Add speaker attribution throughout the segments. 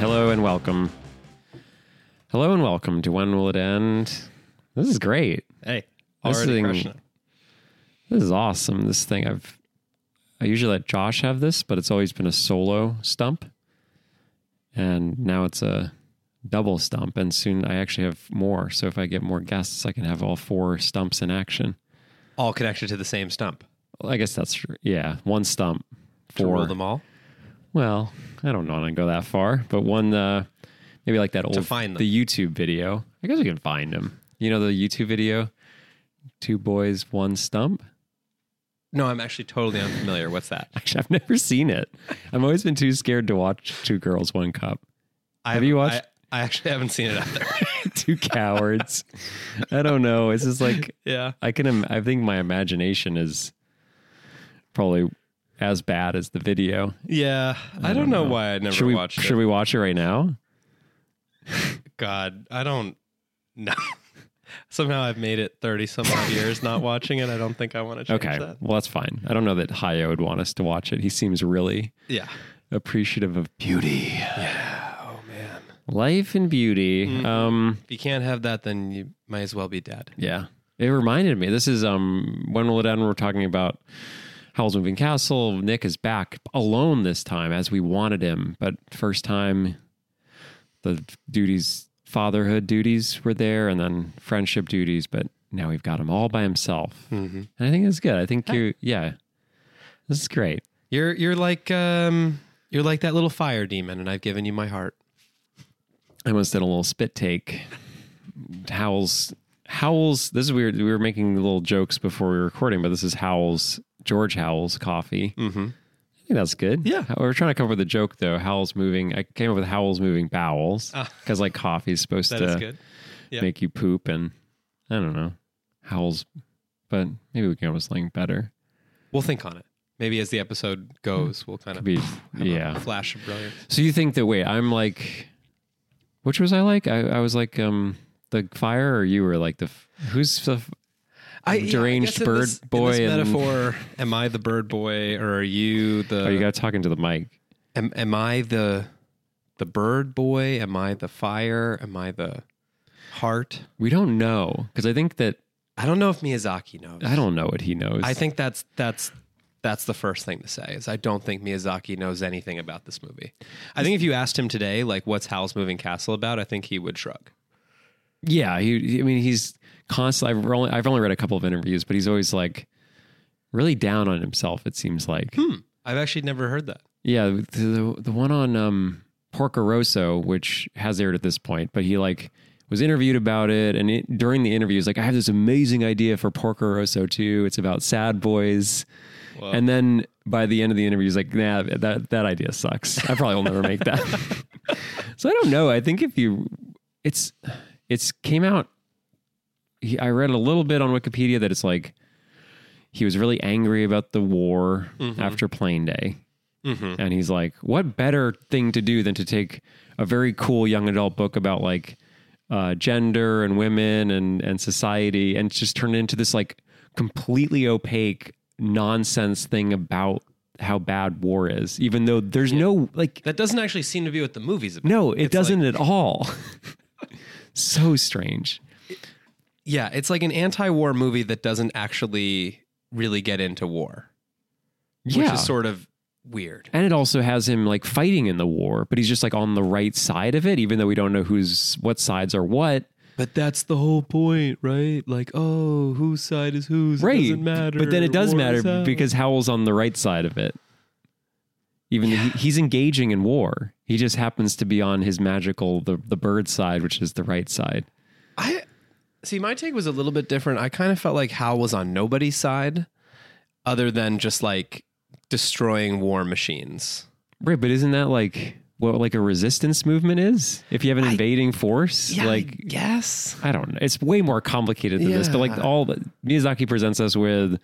Speaker 1: Hello and welcome. Hello and welcome to When Will It End? This is great.
Speaker 2: Hey,
Speaker 1: This
Speaker 2: already
Speaker 1: thing-
Speaker 2: crushing it.
Speaker 1: This is awesome. This thing I've I usually let Josh have this, but it's always been a solo stump. And now it's a double stump and soon I actually have more. So if I get more guests, I can have all four stumps in action.
Speaker 2: All connected to the same stump.
Speaker 1: Well, I guess that's true. Yeah, one stump
Speaker 2: To rule
Speaker 1: for
Speaker 2: them all.
Speaker 1: Well, I don't want to go that far, but one uh, maybe like that old
Speaker 2: find them.
Speaker 1: the YouTube video. I guess we can find them. You know the YouTube video, two boys, one stump.
Speaker 2: No, I'm actually totally unfamiliar. What's that?
Speaker 1: Actually, I've never seen it. I've always been too scared to watch two girls, one cup.
Speaker 2: I
Speaker 1: Have you
Speaker 2: haven't-
Speaker 1: watched-
Speaker 2: I, I actually haven't seen it either.
Speaker 1: two cowards. I don't know. It's just like
Speaker 2: yeah.
Speaker 1: I can. Im- I think my imagination is probably as bad as the video.
Speaker 2: Yeah. I, don't know, why I never
Speaker 1: should we
Speaker 2: watched
Speaker 1: should
Speaker 2: it.
Speaker 1: we watch it right now?
Speaker 2: God, I don't know. Somehow I've made it 30 some odd years not watching it. I don't think I want to change
Speaker 1: Okay.
Speaker 2: that.
Speaker 1: Well, that's fine. I don't know that Hayo would want us to watch it. He seems really
Speaker 2: Yeah.
Speaker 1: appreciative of beauty,
Speaker 2: Oh, man. Mm-hmm.
Speaker 1: life, and beauty. Um,
Speaker 2: If you can't have that, then you might as well be dead.
Speaker 1: yeah, it reminded me. This is um, when will it end? We're talking about Howl's Moving Castle. Nick is back alone this time, as we wanted him, but first time the duties, fatherhood duties, were there, and then friendship duties, but. Now we've got him all by himself,
Speaker 2: Mm-hmm.
Speaker 1: and I think that's good. I think you, yeah, this is great.
Speaker 2: You're you're like um you're like that little fire demon, and I've given you my heart.
Speaker 1: I almost did a little spit take. Howells, Howells. This is weird. We were making little jokes before we were recording, but this is Howells, George Howells coffee. Mm-hmm. I think that's good.
Speaker 2: Yeah.
Speaker 1: we were trying to come up with a joke though. Howells moving. I came up with Howells moving bowels because like coffee is supposed
Speaker 2: Uh, Ah, That
Speaker 1: to
Speaker 2: is good. yeah.
Speaker 1: make you poop, and I don't know Howells, but maybe we can come up with something better.
Speaker 2: We'll think on it. Maybe as the episode goes, we'll kind of
Speaker 1: Could be
Speaker 2: have a
Speaker 1: yeah.
Speaker 2: flash of brilliance.
Speaker 1: So you think that wait, I'm like, which was I like? I, I was like um the fire, or you were like the f- who's the f-
Speaker 2: I,
Speaker 1: deranged
Speaker 2: guess in
Speaker 1: bird
Speaker 2: this- in
Speaker 1: boy
Speaker 2: this
Speaker 1: and-
Speaker 2: metaphor. Am I the bird boy, or are you the?
Speaker 1: oh you got talking to the mic.
Speaker 2: am, am I the the bird boy? Am I the fire? Am I the heart?
Speaker 1: We don't know because I think that
Speaker 2: I don't know if Miyazaki knows.
Speaker 1: I don't know what he knows.
Speaker 2: I think that's that's that's the first thing to say is I don't think Miyazaki knows anything about this movie. I think if you asked him today, like, what's Howl's Moving Castle about? I think he would shrug.
Speaker 1: yeah. He, I mean, he's constant. I've only I've only read a couple of interviews, but he's always like really down on himself. It seems like
Speaker 2: Hmm, I've actually never heard that.
Speaker 1: yeah. The the one on um Porcoroso, which has aired at this point, but he like was interviewed about it, and it, during the interview, he's like, "I have this amazing idea for Porcoroso too. It's about sad boys." And then by the end of the interview, he's like, "Nah, that that idea sucks. I probably will never make that." so I don't know. I think if you, it's it's came out. he- I read a little bit on Wikipedia that it's like he was really angry about the war after Plane Day,
Speaker 2: mm-hmm.
Speaker 1: and he's like, "What better thing to do than to take a very cool young adult book about like." uh, gender and women and and society, and it's just turned into this like completely opaque nonsense thing about how bad war is. Even though there's no like
Speaker 2: That doesn't actually seem to be what the movie's about.
Speaker 1: no, it
Speaker 2: It's
Speaker 1: doesn't
Speaker 2: like-
Speaker 1: at all. so strange.
Speaker 2: yeah, it's like an anti-war movie that doesn't actually really get into war, which
Speaker 1: yeah,
Speaker 2: is sort of weird.
Speaker 1: and it also has him like fighting in the war, but he's just like on the right side of it, even though we don't know who's what sides are what.
Speaker 2: But that's the whole point, right? Like, oh, whose side is whose?
Speaker 1: right. But then it does matter because Howell's on the right side of it. Even though he, he's engaging in war. He just happens to be on his magical the the bird side, which is the right side.
Speaker 2: I see. My take was a little bit different. I kind of felt like Hal was on nobody's side, other than just like destroying war machines.
Speaker 1: Right, but isn't that like what like a resistance movement is? If you have an invading force, like
Speaker 2: yes,
Speaker 1: I don't know. It's way more complicated than this, but like
Speaker 2: Yeah.
Speaker 1: all the, Miyazaki presents us with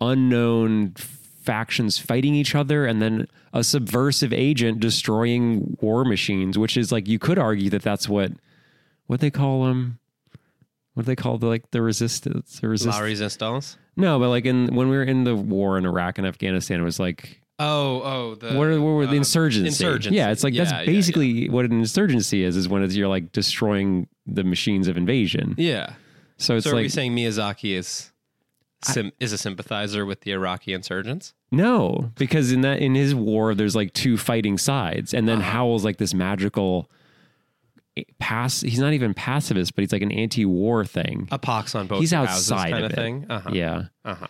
Speaker 1: unknown factions fighting each other and then a subversive agent destroying war machines, which is like you could argue that that's what what they call them. What do they call the like the resistance? The resist-
Speaker 2: La Resistance.
Speaker 1: no, but like in when we were in the war in Iraq and Afghanistan, it was like
Speaker 2: Oh, oh, the
Speaker 1: what, are, what were the
Speaker 2: um,
Speaker 1: insurgency?
Speaker 2: Insurgency.
Speaker 1: Yeah, it's like
Speaker 2: Yeah,
Speaker 1: that's
Speaker 2: yeah,
Speaker 1: basically what an insurgency is. Is when it's, you're like destroying the machines of invasion.
Speaker 2: Yeah.
Speaker 1: So it's
Speaker 2: so are we
Speaker 1: like
Speaker 2: saying Miyazaki is sim- is a sympathizer with the Iraqi insurgents?
Speaker 1: no, because in that in his war, there's like two fighting sides, and then
Speaker 2: Uh-huh.
Speaker 1: Howl's like this magical eh, pass. He's not even pacifist, but he's like an anti-war thing.
Speaker 2: A pox on both
Speaker 1: He's
Speaker 2: your
Speaker 1: outside
Speaker 2: houses kind
Speaker 1: of
Speaker 2: of,
Speaker 1: it.
Speaker 2: thing. Uh-huh.
Speaker 1: Yeah,
Speaker 2: Uh-huh.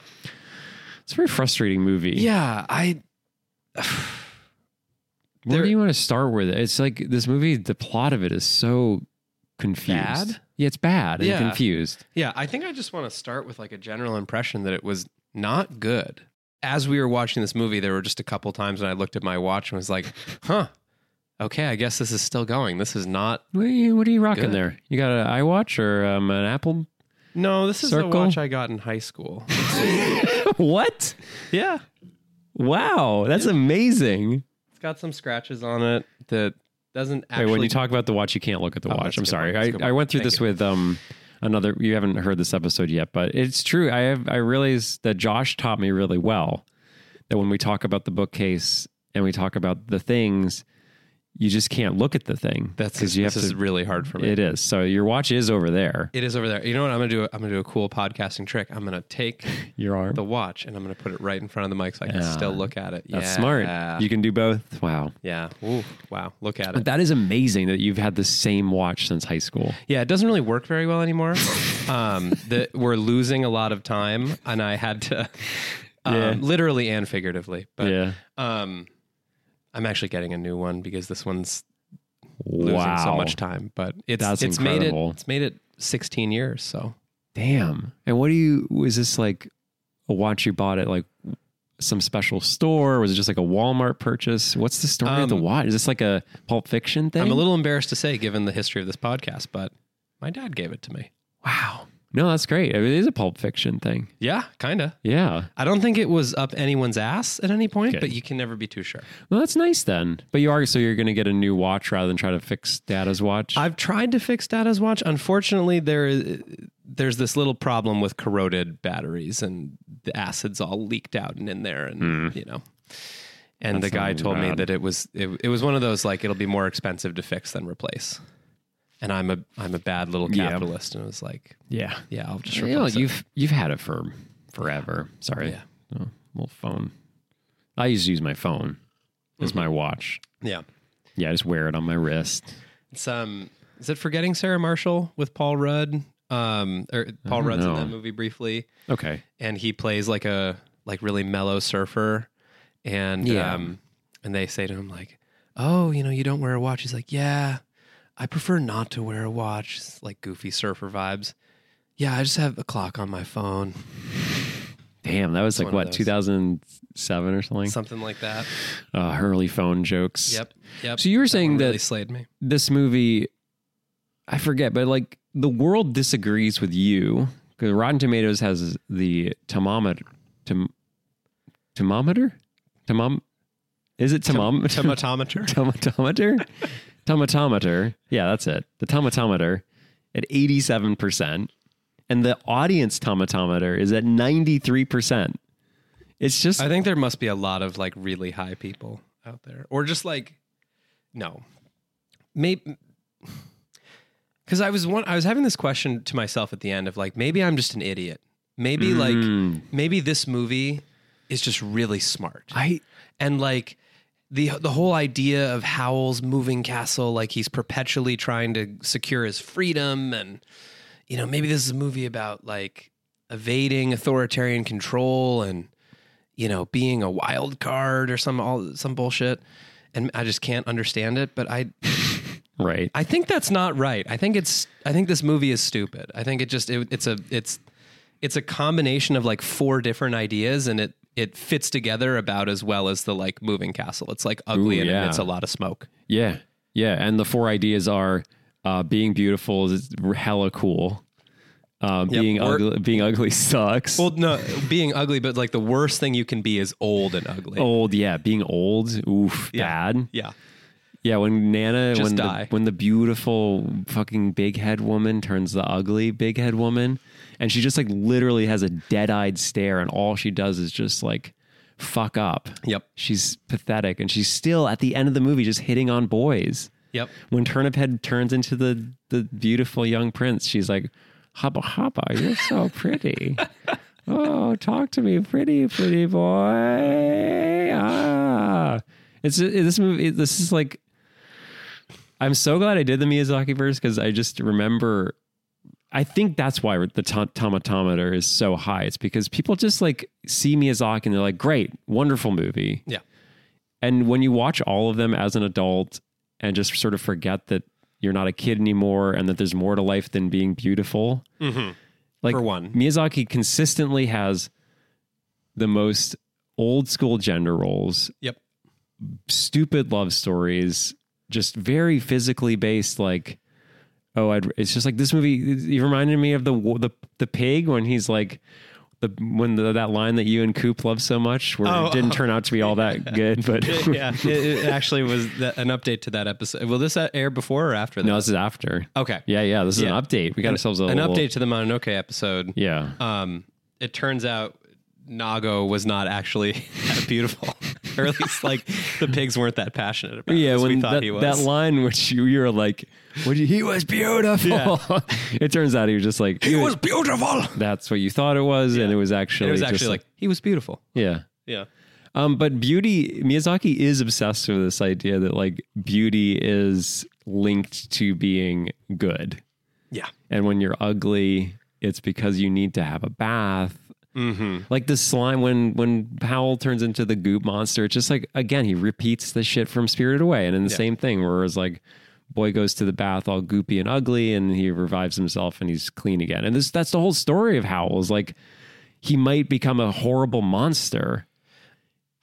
Speaker 1: it's a very frustrating movie.
Speaker 2: Yeah, I
Speaker 1: Where
Speaker 2: There-
Speaker 1: do you want to start with it? It's like this movie, the plot of it is so confused.
Speaker 2: Bad?
Speaker 1: Yeah, it's bad and
Speaker 2: Yeah.
Speaker 1: confused.
Speaker 2: Yeah, I think I just want to start with like a general impression that it was not good. As we were watching this movie, there were just a couple times when I looked at my watch and was like, "Huh. Okay, I guess this is still going. This is not
Speaker 1: What are you, what are you rocking
Speaker 2: Good.
Speaker 1: there? You got an iWatch or um, an Apple?
Speaker 2: No, this is
Speaker 1: Circle?
Speaker 2: the watch I got in high school.
Speaker 1: what?
Speaker 2: yeah.
Speaker 1: Wow, that's amazing.
Speaker 2: It's got some scratches on it that doesn't
Speaker 1: Wait,
Speaker 2: actually
Speaker 1: when you talk about the watch, you can't look at the
Speaker 2: Oh,
Speaker 1: watch.
Speaker 2: that's
Speaker 1: I'm
Speaker 2: a good
Speaker 1: sorry.
Speaker 2: one. That's a good
Speaker 1: I, I
Speaker 2: one.
Speaker 1: went through
Speaker 2: Thank
Speaker 1: this
Speaker 2: you.
Speaker 1: with um another. You haven't heard this episode yet, but it's true. I have. I realized that Josh taught me really well that when we talk about the bookcase and we talk about the things, you just can't look at the thing.
Speaker 2: That's
Speaker 1: because you have
Speaker 2: this is
Speaker 1: to.
Speaker 2: really hard for me.
Speaker 1: It is. So your watch is over there.
Speaker 2: it is over there. You know what I'm going to do? I'm going to do a cool podcasting trick. I'm going to take
Speaker 1: Your arm.
Speaker 2: the watch and I'm going to put it right in front of the mic so I can
Speaker 1: Yeah.
Speaker 2: still look at it.
Speaker 1: That's
Speaker 2: yeah.
Speaker 1: smart. You can do both. Wow.
Speaker 2: Yeah. Ooh, wow. Look at it.
Speaker 1: But that is amazing that you've had the same watch since high school.
Speaker 2: Yeah, it doesn't really work very well anymore. um, the, we're losing a lot of time, and I had to, um,
Speaker 1: Yeah.
Speaker 2: literally and figuratively. But
Speaker 1: yeah.
Speaker 2: um, I'm actually getting a new one because this one's losing
Speaker 1: Wow.
Speaker 2: so much time. But it's
Speaker 1: That's
Speaker 2: it's made
Speaker 1: incredible.
Speaker 2: it it's made it 16 years. So
Speaker 1: Damn. And what do you, was this like a watch you bought at like some special store? Was it just like a Walmart purchase? What's the story of the
Speaker 2: Um,
Speaker 1: watch? Is this like a Pulp Fiction thing?
Speaker 2: I'm a little embarrassed to say, given the history of this podcast, but my dad gave it to me.
Speaker 1: wow. No, that's great. I mean, it is a Pulp Fiction thing.
Speaker 2: Yeah, kinda.
Speaker 1: Yeah.
Speaker 2: I don't think it was up anyone's ass at any point,
Speaker 1: Good.
Speaker 2: but you can never be too sure.
Speaker 1: Well, that's nice then. But you are, so you're going to get a new watch rather than try to fix Dada's watch.
Speaker 2: I've tried to fix Dada's watch. Unfortunately, there is there's this little problem with corroded batteries and the acids all leaked out and in there, and you know. And
Speaker 1: That
Speaker 2: the guy
Speaker 1: sounds
Speaker 2: told me
Speaker 1: Mm-hmm. bad.
Speaker 2: that it was it, it was one of those like it'll be more expensive to fix than replace. And I'm a I'm a bad little
Speaker 1: Yeah.
Speaker 2: capitalist, and I was like,
Speaker 1: yeah.
Speaker 2: yeah, I'll just
Speaker 1: You
Speaker 2: replace
Speaker 1: know,
Speaker 2: it.
Speaker 1: you've, you've had it for forever. Sorry.
Speaker 2: Yeah.
Speaker 1: Oh, little phone. I used to use my phone as
Speaker 2: Mm-hmm.
Speaker 1: my watch.
Speaker 2: Yeah,
Speaker 1: Yeah. I just wear it on my wrist.
Speaker 2: it's um, is it forgetting Sarah Marshall with Paul Rudd? Um, or Paul
Speaker 1: don't
Speaker 2: Rudd's
Speaker 1: know.
Speaker 2: in that movie briefly.
Speaker 1: Okay.
Speaker 2: and he plays like a like really mellow surfer and
Speaker 1: Yeah.
Speaker 2: um and they say to him like oh you know you don't wear a watch he's like yeah i prefer not to wear a watch it's like goofy surfer vibes yeah i just have a clock on my phone
Speaker 1: Damn, that was like
Speaker 2: one
Speaker 1: what
Speaker 2: of those.
Speaker 1: 2007 or something.
Speaker 2: something like that
Speaker 1: Uh, early phone jokes.
Speaker 2: yep yep
Speaker 1: So you were saying
Speaker 2: really
Speaker 1: that
Speaker 2: slayed me
Speaker 1: this movie, I forget, but like the world disagrees with you because Rotten Tomatoes has the thermometer, tom, thermometer, Tomom, is it tomom,
Speaker 2: tomatometer
Speaker 1: tomatometer, tomatometer? Yeah, that's it. The tomatometer at 87 percent, and the audience tomatometer is at 93 percent. It's just
Speaker 2: i think there must be a lot of like really high people out there or just like no maybe because i was one i was having this question to myself at the end of like maybe i'm just an idiot maybe
Speaker 1: Mm.
Speaker 2: like maybe this movie is just really smart
Speaker 1: I
Speaker 2: and like the the whole idea of howell's moving castle like he's perpetually trying to secure his freedom and you know maybe this is a movie about like evading authoritarian control and you know being a wild card or some all some bullshit and i just can't understand it but i
Speaker 1: right.
Speaker 2: I think that's not right. I think it's I think this movie is stupid. I think it just it, it's a it's it's a combination of like four different ideas and it it fits together about as well as the like moving castle. It's like ugly
Speaker 1: Ooh,
Speaker 2: and
Speaker 1: yeah.
Speaker 2: it's a lot of smoke.
Speaker 1: Yeah. Yeah. And the four ideas are uh, being beautiful is hella cool. Uh, being
Speaker 2: or-
Speaker 1: ugly, being ugly sucks.
Speaker 2: Well, no, being ugly, but like the worst thing you can be is old and ugly.
Speaker 1: old, yeah. Being old, oof, bad.
Speaker 2: Yeah.
Speaker 1: Yeah, when Nana,
Speaker 2: Just
Speaker 1: when the,
Speaker 2: die.
Speaker 1: when the beautiful fucking big head woman turns the ugly big head woman, and she just like literally has a dead eyed stare, and all she does is just like fuck up.
Speaker 2: Yep.
Speaker 1: She's pathetic, and she's still at the end of the movie just hitting on boys.
Speaker 2: Yep.
Speaker 1: When Turnip Head turns into the the beautiful young prince, she's like, "Hubba hubba, you're so pretty. oh, talk to me, pretty pretty boy." Ah, it's this movie. This is like, I'm so glad I did the Miyazaki verse because I just remember. I think that's why the tom- tomatometer is so high. It's because people just like see Miyazaki and they're like, "Great, wonderful movie."
Speaker 2: Yeah.
Speaker 1: And when you watch all of them as an adult and just sort of forget that you're not a kid anymore and that there's more to life than being beautiful,
Speaker 2: Mm-hmm.
Speaker 1: like
Speaker 2: For one.
Speaker 1: Miyazaki consistently has the most old school gender roles,
Speaker 2: Yep.
Speaker 1: stupid love stories, just very physically based. Like, oh, I'd, it's just like this movie. You reminded me of the wo- the the pig when he's like. The, when the, that line that you and Coop love so much, where
Speaker 2: Oh,
Speaker 1: it didn't turn out to be all that good, but
Speaker 2: yeah, it, it actually was the, an update to that episode. Will this air before or after that?
Speaker 1: no, this is after.
Speaker 2: Okay.
Speaker 1: Yeah, yeah. This is
Speaker 2: Yeah.
Speaker 1: an update. We got ourselves a
Speaker 2: an
Speaker 1: little,
Speaker 2: update to the Mononoke episode.
Speaker 1: Yeah,
Speaker 2: Um, it turns out Nago was not actually that beautiful, or at least like the pigs weren't that passionate about. it
Speaker 1: yeah.
Speaker 2: as
Speaker 1: When
Speaker 2: we thought
Speaker 1: that,
Speaker 2: he was.
Speaker 1: that line, which you, you were like, "Would you, he was beautiful."
Speaker 2: Yeah.
Speaker 1: it turns out he was just like,
Speaker 2: he was beautiful.
Speaker 1: "That's what you thought it was," and it was actually
Speaker 2: It was
Speaker 1: just
Speaker 2: actually like he was beautiful.
Speaker 1: yeah.
Speaker 2: Yeah.
Speaker 1: Um, but beauty, Miyazaki is obsessed with this idea that like beauty is linked to being good,
Speaker 2: Yeah.
Speaker 1: and when you're ugly, it's because you need to have a bath
Speaker 2: Mm-hmm.
Speaker 1: like the slime when when Powell turns into the goop monster. It's just like again, he repeats the shit from Spirited Away, and in the
Speaker 2: Yeah.
Speaker 1: same thing where it's like boy goes to the bath all goopy and ugly, and he revives himself and he's clean again. And this that's the whole story of Howl is like he might become a horrible monster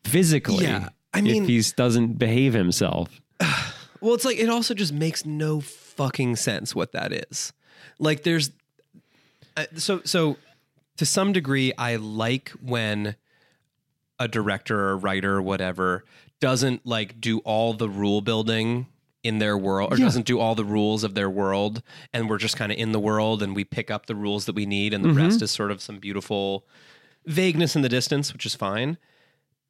Speaker 1: physically.
Speaker 2: Yeah, I mean-
Speaker 1: if he doesn't behave himself.
Speaker 2: Well, it's like it also just makes no fucking sense what that is. Like there's uh, so so to some degree I like when a director or writer or whatever doesn't like do all the rule building in their world or
Speaker 1: Yeah.
Speaker 2: doesn't do all the rules of their world and we're just kind of in the world and we pick up the rules that we need and the rest is sort of some beautiful vagueness in the distance, which is fine.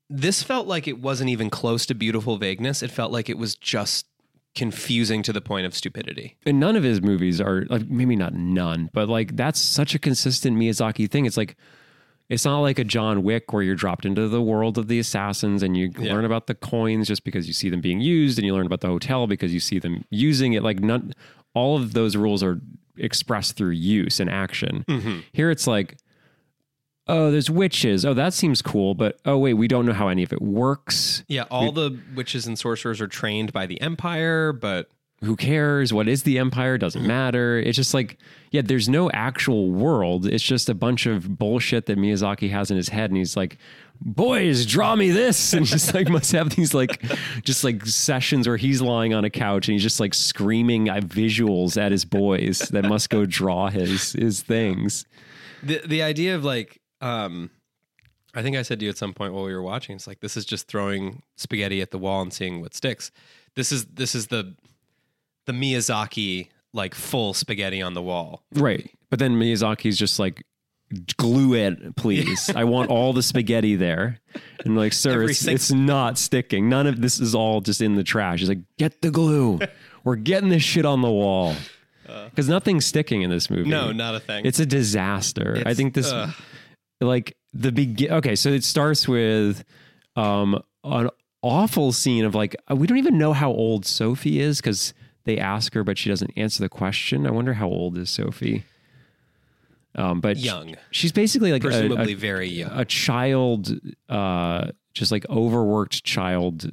Speaker 2: This felt like it wasn't even close to beautiful vagueness. It felt like it was just confusing to the point of stupidity.
Speaker 1: and none of his movies are like maybe not none, but like that's such a consistent Miyazaki thing. It's like it's not like a John Wick where you're dropped into the world of the assassins and you
Speaker 2: Yeah.
Speaker 1: learn about the coins just because you see them being used and you learn about the hotel because you see them using it. Like none all of those rules are expressed through use and action. Here it's like Oh, there's witches. Oh, that seems cool, but oh wait, we don't know how any of it works.
Speaker 2: Yeah, all the witches and sorcerers are trained by the Empire, but
Speaker 1: who cares? What is the empire? Doesn't matter. It's just like, yeah, there's no actual world. It's just a bunch of bullshit that Miyazaki has in his head. And he's like, boys, draw me this. And just like, must have these like, just like sessions where he's lying on a couch and he's just like screaming uh, visuals at his boys that must go draw his, his things.
Speaker 2: the the idea of like um I think I said to you at some point while we were watching, it's like this is just throwing spaghetti at the wall and seeing what sticks. This is this is the the Miyazaki like full spaghetti on the wall.
Speaker 1: Right. But then Miyazaki's just like, glue it, please. I want all the spaghetti there. And like, sir,
Speaker 2: Every
Speaker 1: it's,
Speaker 2: six-
Speaker 1: it's not sticking. None of this is all just in the trash. He's like, get the glue. We're getting this shit on the wall. Because nothing's sticking in this movie.
Speaker 2: Uh. No, not a thing.
Speaker 1: It's a disaster. I
Speaker 2: It's- uh,
Speaker 1: think this,
Speaker 2: ugh.
Speaker 1: like the begin. Okay, so it starts with um an awful scene of like uh, we don't even know how old Sophie is because they ask her, but she doesn't answer the question. I wonder how old is Sophie. Um, but sh-
Speaker 2: Young.
Speaker 1: she's basically like a- a,
Speaker 2: presumably very young.
Speaker 1: a child, uh, just like overworked child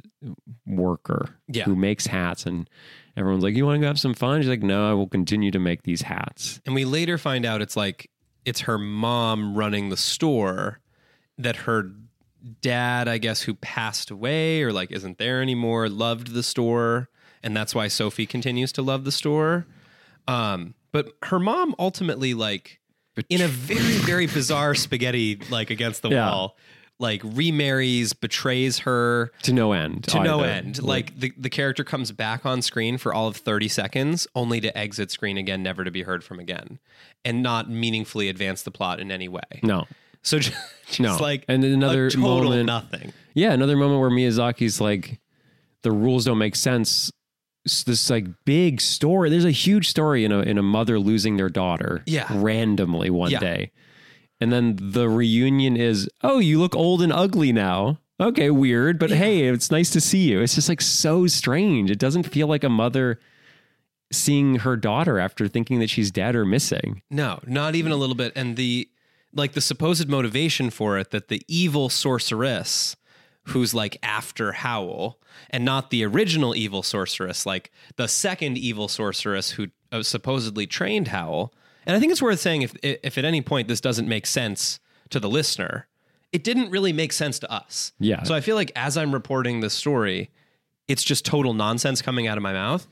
Speaker 1: worker
Speaker 2: Yeah.
Speaker 1: who makes hats, and everyone's like, "You want to go have some fun?" She's like, "No, I will continue to make these hats."
Speaker 2: And we later find out it's like it's her mom running the store that her dad, I guess, who passed away or like isn't there anymore, loved the store. And that's why Sophie continues to love the store. Um, but her mom ultimately, like, in a very, very bizarre spaghetti, like against the
Speaker 1: Yeah.
Speaker 2: wall, like remarries, betrays her
Speaker 1: To no end.
Speaker 2: to no
Speaker 1: either.
Speaker 2: end. Like the, the character comes back on screen for all of 30 seconds, only to exit screen again, never to be heard from again, and not meaningfully advance the plot in any way.
Speaker 1: No.
Speaker 2: So just, just
Speaker 1: No.
Speaker 2: like
Speaker 1: And then another
Speaker 2: a total
Speaker 1: moment-
Speaker 2: nothing.
Speaker 1: Yeah, another moment where Miyazaki's like, the rules don't make sense. It's this like big story. There's a huge story in a in a mother losing their daughter.
Speaker 2: Yeah.
Speaker 1: randomly one
Speaker 2: Yeah.
Speaker 1: day, and then the reunion is, oh, you look old and ugly now. Okay, weird, but hey, it's nice to see you. It's just like so strange. It doesn't feel like a mother seeing her daughter after thinking that she's dead or missing.
Speaker 2: No, not even a little bit. And the like the supposed motivation for it that the evil sorceress who's like after Howl and not the original evil sorceress, like the second evil sorceress who uh, supposedly trained Howl. And I think it's worth saying if if at any point this doesn't make sense to the listener, it didn't really make sense to us.
Speaker 1: Yeah.
Speaker 2: So I feel like as I'm reporting this story, it's just total nonsense coming out of my mouth.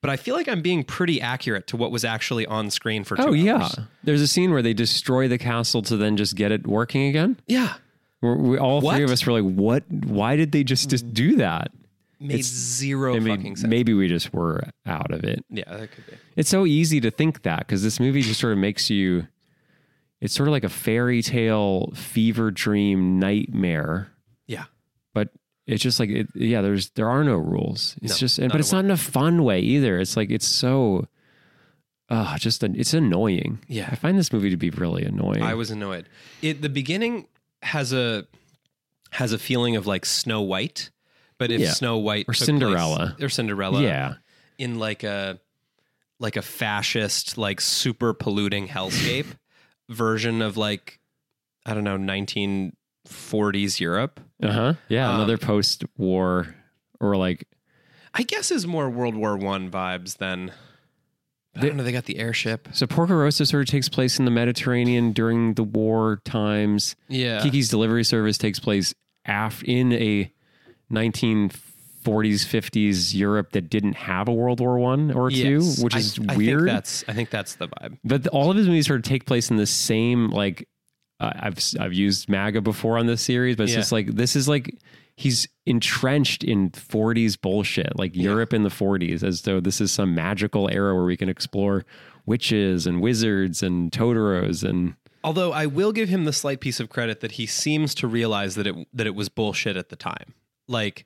Speaker 2: But I feel like I'm being pretty accurate to what was actually on screen for two
Speaker 1: Oh yeah,
Speaker 2: hours.
Speaker 1: there's a scene where they destroy the castle to then just get it working again.
Speaker 2: Yeah.
Speaker 1: We're, we all
Speaker 2: What?
Speaker 1: three of us were like, "What? Why did they just just do that?"
Speaker 2: Made zero
Speaker 1: I mean,
Speaker 2: fucking sense.
Speaker 1: maybe we just were out of it.
Speaker 2: yeah, that could be.
Speaker 1: It's so easy to think that because this movie just sort of makes you. It's sort of like a fairy tale fever dream nightmare,
Speaker 2: Yeah.
Speaker 1: but it's just like it, yeah. There's there are no rules. It's
Speaker 2: No,
Speaker 1: just and,
Speaker 2: not
Speaker 1: but
Speaker 2: a
Speaker 1: it's not in a fun way either. It's like it's so. Uh, just an, it's annoying.
Speaker 2: Yeah.
Speaker 1: I find this movie to be really annoying.
Speaker 2: I was annoyed. It the beginning has a has a feeling of like Snow White, but if
Speaker 1: Yeah.
Speaker 2: Snow White
Speaker 1: Or
Speaker 2: took place-
Speaker 1: Cinderella.
Speaker 2: or Cinderella,
Speaker 1: yeah,
Speaker 2: in like a like a fascist, like super polluting hellscape version of like I don't know nineteen forties Europe.
Speaker 1: uh huh, yeah.
Speaker 2: Um,
Speaker 1: another post war or like
Speaker 2: I guess is more World War One vibes than. I
Speaker 1: They-
Speaker 2: don't know. They got the airship.
Speaker 1: So Porco Rosso sort of takes place in the Mediterranean during the war times.
Speaker 2: Yeah.
Speaker 1: Kiki's Delivery Service takes place af- in a 1940s, 50s Europe that didn't have a World War One or
Speaker 2: Yes.
Speaker 1: two, which
Speaker 2: I-
Speaker 1: is
Speaker 2: I think
Speaker 1: weird.
Speaker 2: that's I think that's the vibe.
Speaker 1: but th- all of his movies sort of take place in the same like uh, I've s- I've used MAGA before on this series, but it's
Speaker 2: Yeah.
Speaker 1: just like this is like he's entrenched in 40s bullshit, like Europe in the 40s, as though this is some magical era where we can explore witches and wizards and Totoros and
Speaker 2: Although I will give him the slight piece of credit that he seems to realize that it that it was bullshit at the time. Like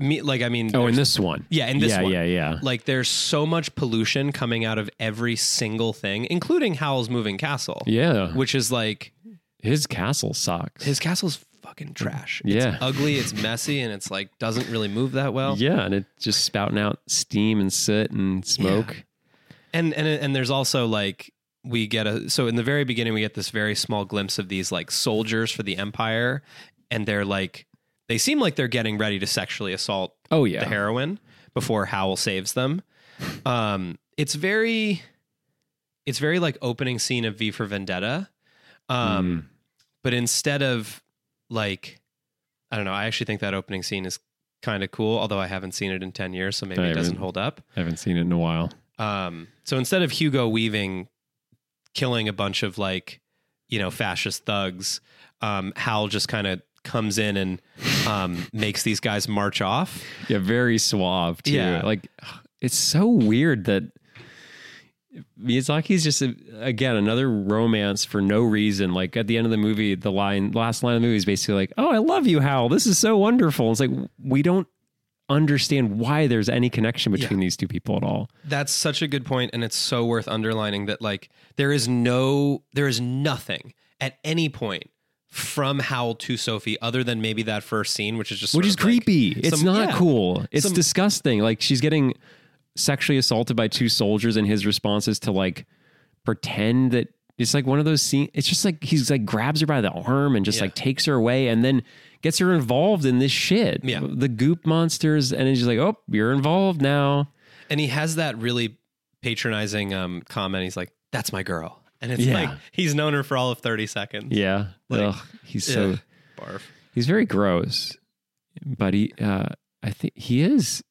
Speaker 2: me like I mean
Speaker 1: oh, in
Speaker 2: there's-
Speaker 1: this one,
Speaker 2: yeah, in this
Speaker 1: yeah,
Speaker 2: one.
Speaker 1: yeah, yeah.
Speaker 2: Like there's so much pollution coming out of every single thing, including Howl's moving castle.
Speaker 1: Yeah,
Speaker 2: Which is like
Speaker 1: his castle sucks.
Speaker 2: his castle's fucking trash.
Speaker 1: Yeah.
Speaker 2: It's ugly, it's messy, and it's like doesn't really move that well.
Speaker 1: yeah, and it's just spouting out steam and soot and smoke.
Speaker 2: And and and there's also like we get a so in the very beginning we get this very small glimpse of these like soldiers for the empire and they're like they seem like they're getting ready to sexually assault
Speaker 1: Oh
Speaker 2: the
Speaker 1: yeah,
Speaker 2: heroine before Howl saves them. Um it's very it's very like opening scene of V for Vendetta. Um
Speaker 1: um,
Speaker 2: but instead of like I don't know, I actually think that opening scene is kind of cool, although I haven't seen it in 10 years, so maybe
Speaker 1: I
Speaker 2: it doesn't
Speaker 1: haven't-
Speaker 2: hold up.
Speaker 1: I haven't seen it in a while.
Speaker 2: Um, so instead of Hugo Weaving killing a bunch of like, you know, fascist thugs, um, Hal just kind of comes in and um, makes these guys march off.
Speaker 1: Yeah, very suave too.
Speaker 2: Yeah.
Speaker 1: Like it's so weird that Miyazaki's just again another romance for no reason. Like at the end of the movie, the line last line of the movie is basically like, "Oh, I love you, Hal. This is so wonderful." It's like we don't understand why there's any connection between these two people at all.
Speaker 2: That's such a good point, and it's so worth underlining that like there is no, there is nothing at any point from Hal to Sophie other than maybe that first scene, which is just
Speaker 1: Which
Speaker 2: sort
Speaker 1: is
Speaker 2: of, like,
Speaker 1: creepy. it's
Speaker 2: some-
Speaker 1: not
Speaker 2: yeah.
Speaker 1: cool. It's
Speaker 2: Some-
Speaker 1: disgusting. Like she's getting sexually assaulted by two soldiers, and his response is to like pretend that it's like one of those scenes. It's just like he's like grabs her by the arm and just
Speaker 2: Yeah.
Speaker 1: like takes her away, and then gets her involved in this shit.
Speaker 2: Yeah.
Speaker 1: the goop monsters, and it's just like, oh, you're involved now.
Speaker 2: And he has that really patronizing um, comment. He's like, "That's my girl," and it's
Speaker 1: Yeah.
Speaker 2: like he's known her for all of thirty seconds.
Speaker 1: Yeah,
Speaker 2: Like,
Speaker 1: Ugh, he's so
Speaker 2: Ugh, barf.
Speaker 1: he's very gross, but he, uh, I think he is,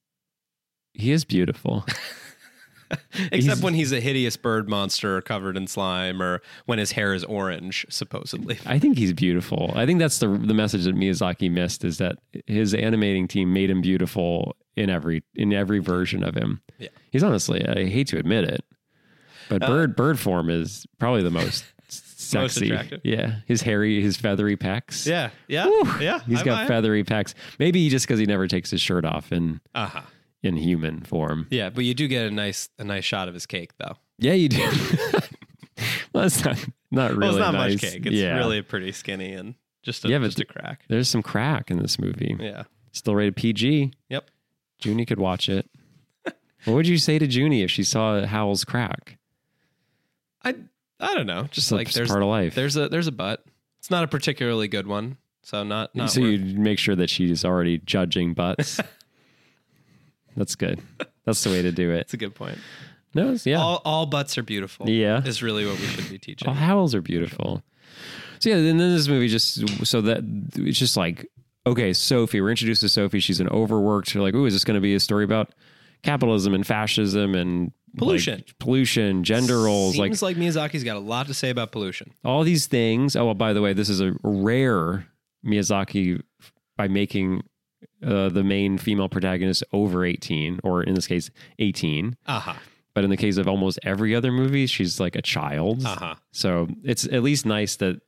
Speaker 1: he is beautiful.
Speaker 2: Except
Speaker 1: He's-
Speaker 2: when he's a hideous bird monster covered in slime, or when his hair is orange, supposedly.
Speaker 1: I think he's beautiful. I think that's the the message that Miyazaki missed is that his animating team made him beautiful in every in every version of him.
Speaker 2: Yeah.
Speaker 1: He's honestly, I hate to admit it, but
Speaker 2: Uh,
Speaker 1: bird bird form is probably the most s-
Speaker 2: Most
Speaker 1: sexy.
Speaker 2: attractive.
Speaker 1: Yeah, his hairy, his feathery pecs.
Speaker 2: Yeah, yeah, yeah.
Speaker 1: He's
Speaker 2: I'm-
Speaker 1: got
Speaker 2: I'm-
Speaker 1: feathery pecs. Maybe just because he never takes his shirt off in
Speaker 2: Uh-huh.
Speaker 1: in human form.
Speaker 2: Yeah, but you do get a nice a nice shot of his cake though.
Speaker 1: Yeah, you do. well, it's not not really
Speaker 2: well, Oh, it's not
Speaker 1: nice.
Speaker 2: much cake. It's
Speaker 1: yeah.
Speaker 2: really pretty skinny and just a,
Speaker 1: Yeah, but
Speaker 2: just a crack.
Speaker 1: There's some crack in this movie.
Speaker 2: Yeah.
Speaker 1: Still rated PG.
Speaker 2: Yep.
Speaker 1: Junie could watch it. what would you say to Junie if she saw Howl's crack?
Speaker 2: I I don't know. Just
Speaker 1: It's a-
Speaker 2: like
Speaker 1: it's
Speaker 2: there's
Speaker 1: part of life.
Speaker 2: there's a there's a butt. It's not a particularly good one, so not not.
Speaker 1: so
Speaker 2: worth-
Speaker 1: you make sure that she's already judging butts. That's good. That's the way to do it.
Speaker 2: That's a good point.
Speaker 1: No, it's- yeah.
Speaker 2: All all butts are beautiful.
Speaker 1: Yeah.
Speaker 2: is really what we should be teaching.
Speaker 1: All howls are beautiful. So yeah, and then this movie just so that it's just like okay, Sophie. We're introduced to Sophie. She's an overworked. You're like, ooh, is this going to be a story about capitalism and fascism and like,
Speaker 2: Pollution.
Speaker 1: pollution, gender roles, like
Speaker 2: Seems like, Miyazaki's got a lot to say about pollution.
Speaker 1: all these things. Oh, well, by the way, this is a rare Miyazaki f- by making uh, the main female protagonist over 18, or in this case, 18.
Speaker 2: Uh huh.
Speaker 1: But in the case of almost every other movie, she's like a child.
Speaker 2: Uh huh.
Speaker 1: So it's at least nice that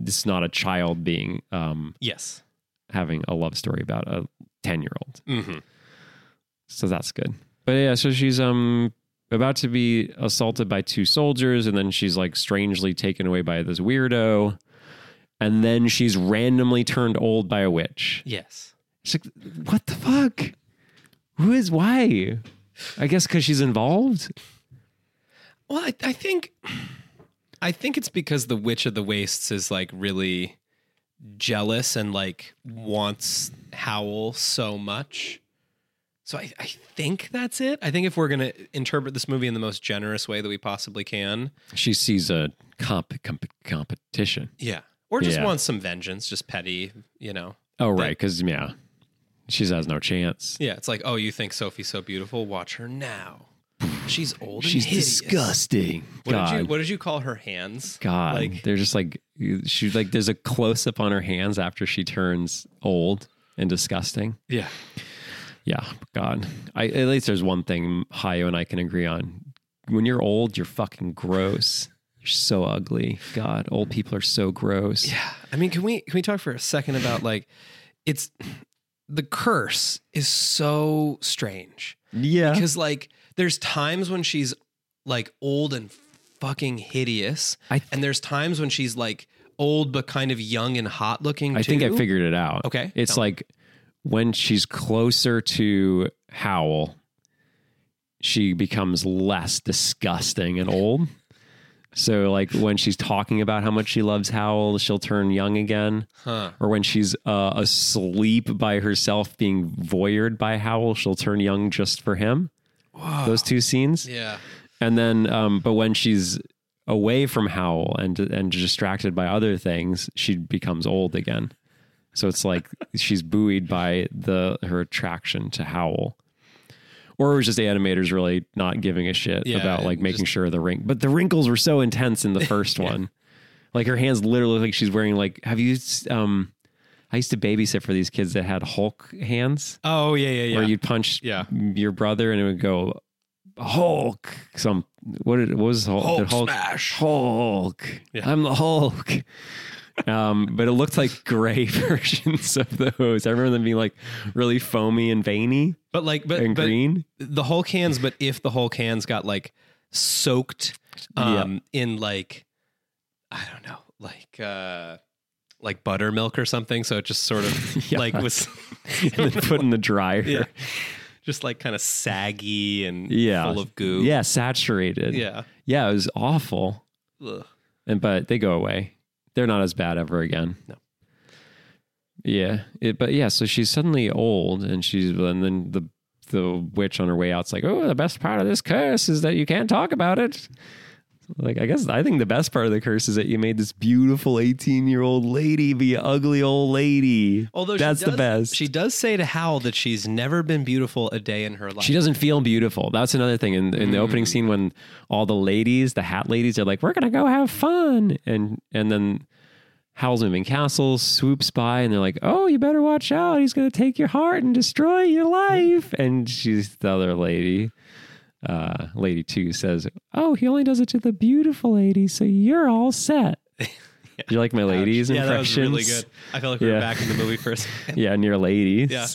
Speaker 1: it's not a child being um,
Speaker 2: Yes.
Speaker 1: having a love story about a 10 year old.
Speaker 2: Mm-hmm.
Speaker 1: So that's good. But yeah, so she's um about to be assaulted by two soldiers, and then she's like strangely taken away by this weirdo, and then she's randomly turned old by a witch.
Speaker 2: Yes.
Speaker 1: It's like, what the fuck? Who is why? I guess because she's involved.
Speaker 2: Well, I, I think, I think it's because the Witch of the Wastes is like really jealous and like wants Howl so much. So I, I think that's it. I think if we're gonna interpret this movie in the most generous way that we possibly can,
Speaker 1: She sees a comp, comp competition.
Speaker 2: yeah, or just
Speaker 1: Yeah.
Speaker 2: wants some vengeance, just petty, you know.
Speaker 1: Oh right, because yeah, she has no chance.
Speaker 2: Yeah, it's like, oh, you think Sophie's so beautiful? Watch her now. She's old.
Speaker 1: She's
Speaker 2: and hideous.
Speaker 1: disgusting.
Speaker 2: What
Speaker 1: God.
Speaker 2: did you What did you call her hands?
Speaker 1: God,
Speaker 2: Like-
Speaker 1: they're just like she like. There's a close up on her hands after she turns old and disgusting.
Speaker 2: Yeah.
Speaker 1: Yeah, God. I at least there's one thing Hayo and I can agree on. When you're old, you're fucking gross. You're so ugly. God, old people are so gross.
Speaker 2: Yeah. I mean, can we can we talk for a second about like it's the curse is so strange
Speaker 1: Yeah.
Speaker 2: because like there's times when she's like old and fucking hideous
Speaker 1: I th-
Speaker 2: and there's times when she's like old but kind of young and hot looking
Speaker 1: I think I
Speaker 2: too.
Speaker 1: figured it out.
Speaker 2: Okay.
Speaker 1: It's
Speaker 2: Tell
Speaker 1: like when she's closer to Howl, she becomes less disgusting and old. So, like when she's talking about how much she loves Howl, she'll turn young again.
Speaker 2: huh
Speaker 1: Or when she's uh, asleep by herself, being voyeured by Howl, she'll turn young just for him.
Speaker 2: Whoa.
Speaker 1: Those two scenes.
Speaker 2: yeah
Speaker 1: And then, um, but when she's away from Howl and and distracted by other things, she becomes old again. So it's like she's buoyed by the her attraction to Howl. Or it was just the animators really not giving a shit
Speaker 2: Yeah,
Speaker 1: about like
Speaker 2: and
Speaker 1: making
Speaker 2: just-
Speaker 1: sure the wrinkles. But the wrinkles were so intense in the first one. Like her hands literally look like she's wearing like. Have you? s- Um, I used to babysit for these kids that had Hulk hands
Speaker 2: oh yeah yeah yeah
Speaker 1: where you'd punch
Speaker 2: Yeah.
Speaker 1: your brother and it would go Hulk. Some what, did, what was Hulk?
Speaker 2: Hulk
Speaker 1: Did Hulk
Speaker 2: smash.
Speaker 1: Hulk.
Speaker 2: Yeah.
Speaker 1: I'm the Hulk. um, but it looked like gray versions of those. I remember them being like really foamy and veiny
Speaker 2: but like but
Speaker 1: and
Speaker 2: but
Speaker 1: green.
Speaker 2: the Hulk hands, but if the Hulk hands got like soaked um in like I don't know, like uh like buttermilk or something, so it just sort of
Speaker 1: Yeah.
Speaker 2: like was
Speaker 1: and then put in the dryer.
Speaker 2: yeah, just like kind of saggy and
Speaker 1: Yeah.
Speaker 2: full of goo.
Speaker 1: Yeah, saturated.
Speaker 2: Yeah.
Speaker 1: Yeah, it was awful.
Speaker 2: Ugh.
Speaker 1: And but they go away. They're not as bad ever again.
Speaker 2: No.
Speaker 1: Yeah. It, but yeah, so she's suddenly old and she's and then the the witch on her way out's like, Oh, the best part of this curse is that you can't talk about it. Like I guess I think the best part of the curse is that you made this beautiful eighteen year old lady be an ugly old lady.
Speaker 2: Although
Speaker 1: that's
Speaker 2: she
Speaker 1: the
Speaker 2: does-
Speaker 1: best.
Speaker 2: She does say to Hal that she's never been beautiful a day in her life. Mm.
Speaker 1: She doesn't feel beautiful. That's another thing. In, in the opening scene, when all the ladies, the hat ladies, are like, "We're gonna go have fun," and and then Howl's Moving Castle swoops by, and they're like, "Oh, you better watch out! He's gonna take your heart and destroy your life." And she's the other lady, uh, lady two, says, "Oh, he only does it to the beautiful lady, so you're all set." You like my ladies
Speaker 2: yeah, that was
Speaker 1: impressions?
Speaker 2: really good. I felt like we
Speaker 1: Yeah.
Speaker 2: were back in the movie first.
Speaker 1: Yeah, near ladies.
Speaker 2: Yeah.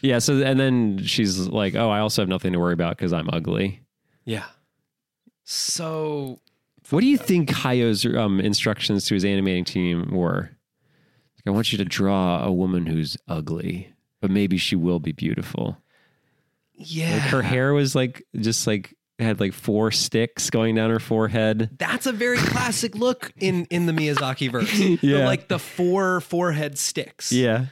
Speaker 1: Yeah. So and then she's like, "Oh, I also have nothing to worry about because I'm ugly."
Speaker 2: yeah. So
Speaker 1: What do you think Hayo's um, instructions to his animating team were? Like, I want you to draw a woman who's ugly, but maybe she will be beautiful.
Speaker 2: yeah,
Speaker 1: Like her hair was like just like had like four sticks going down her forehead.
Speaker 2: That's a very classic look in in the Miyazaki verse. The,
Speaker 1: Yeah.
Speaker 2: like the four forehead sticks.
Speaker 1: Yeah.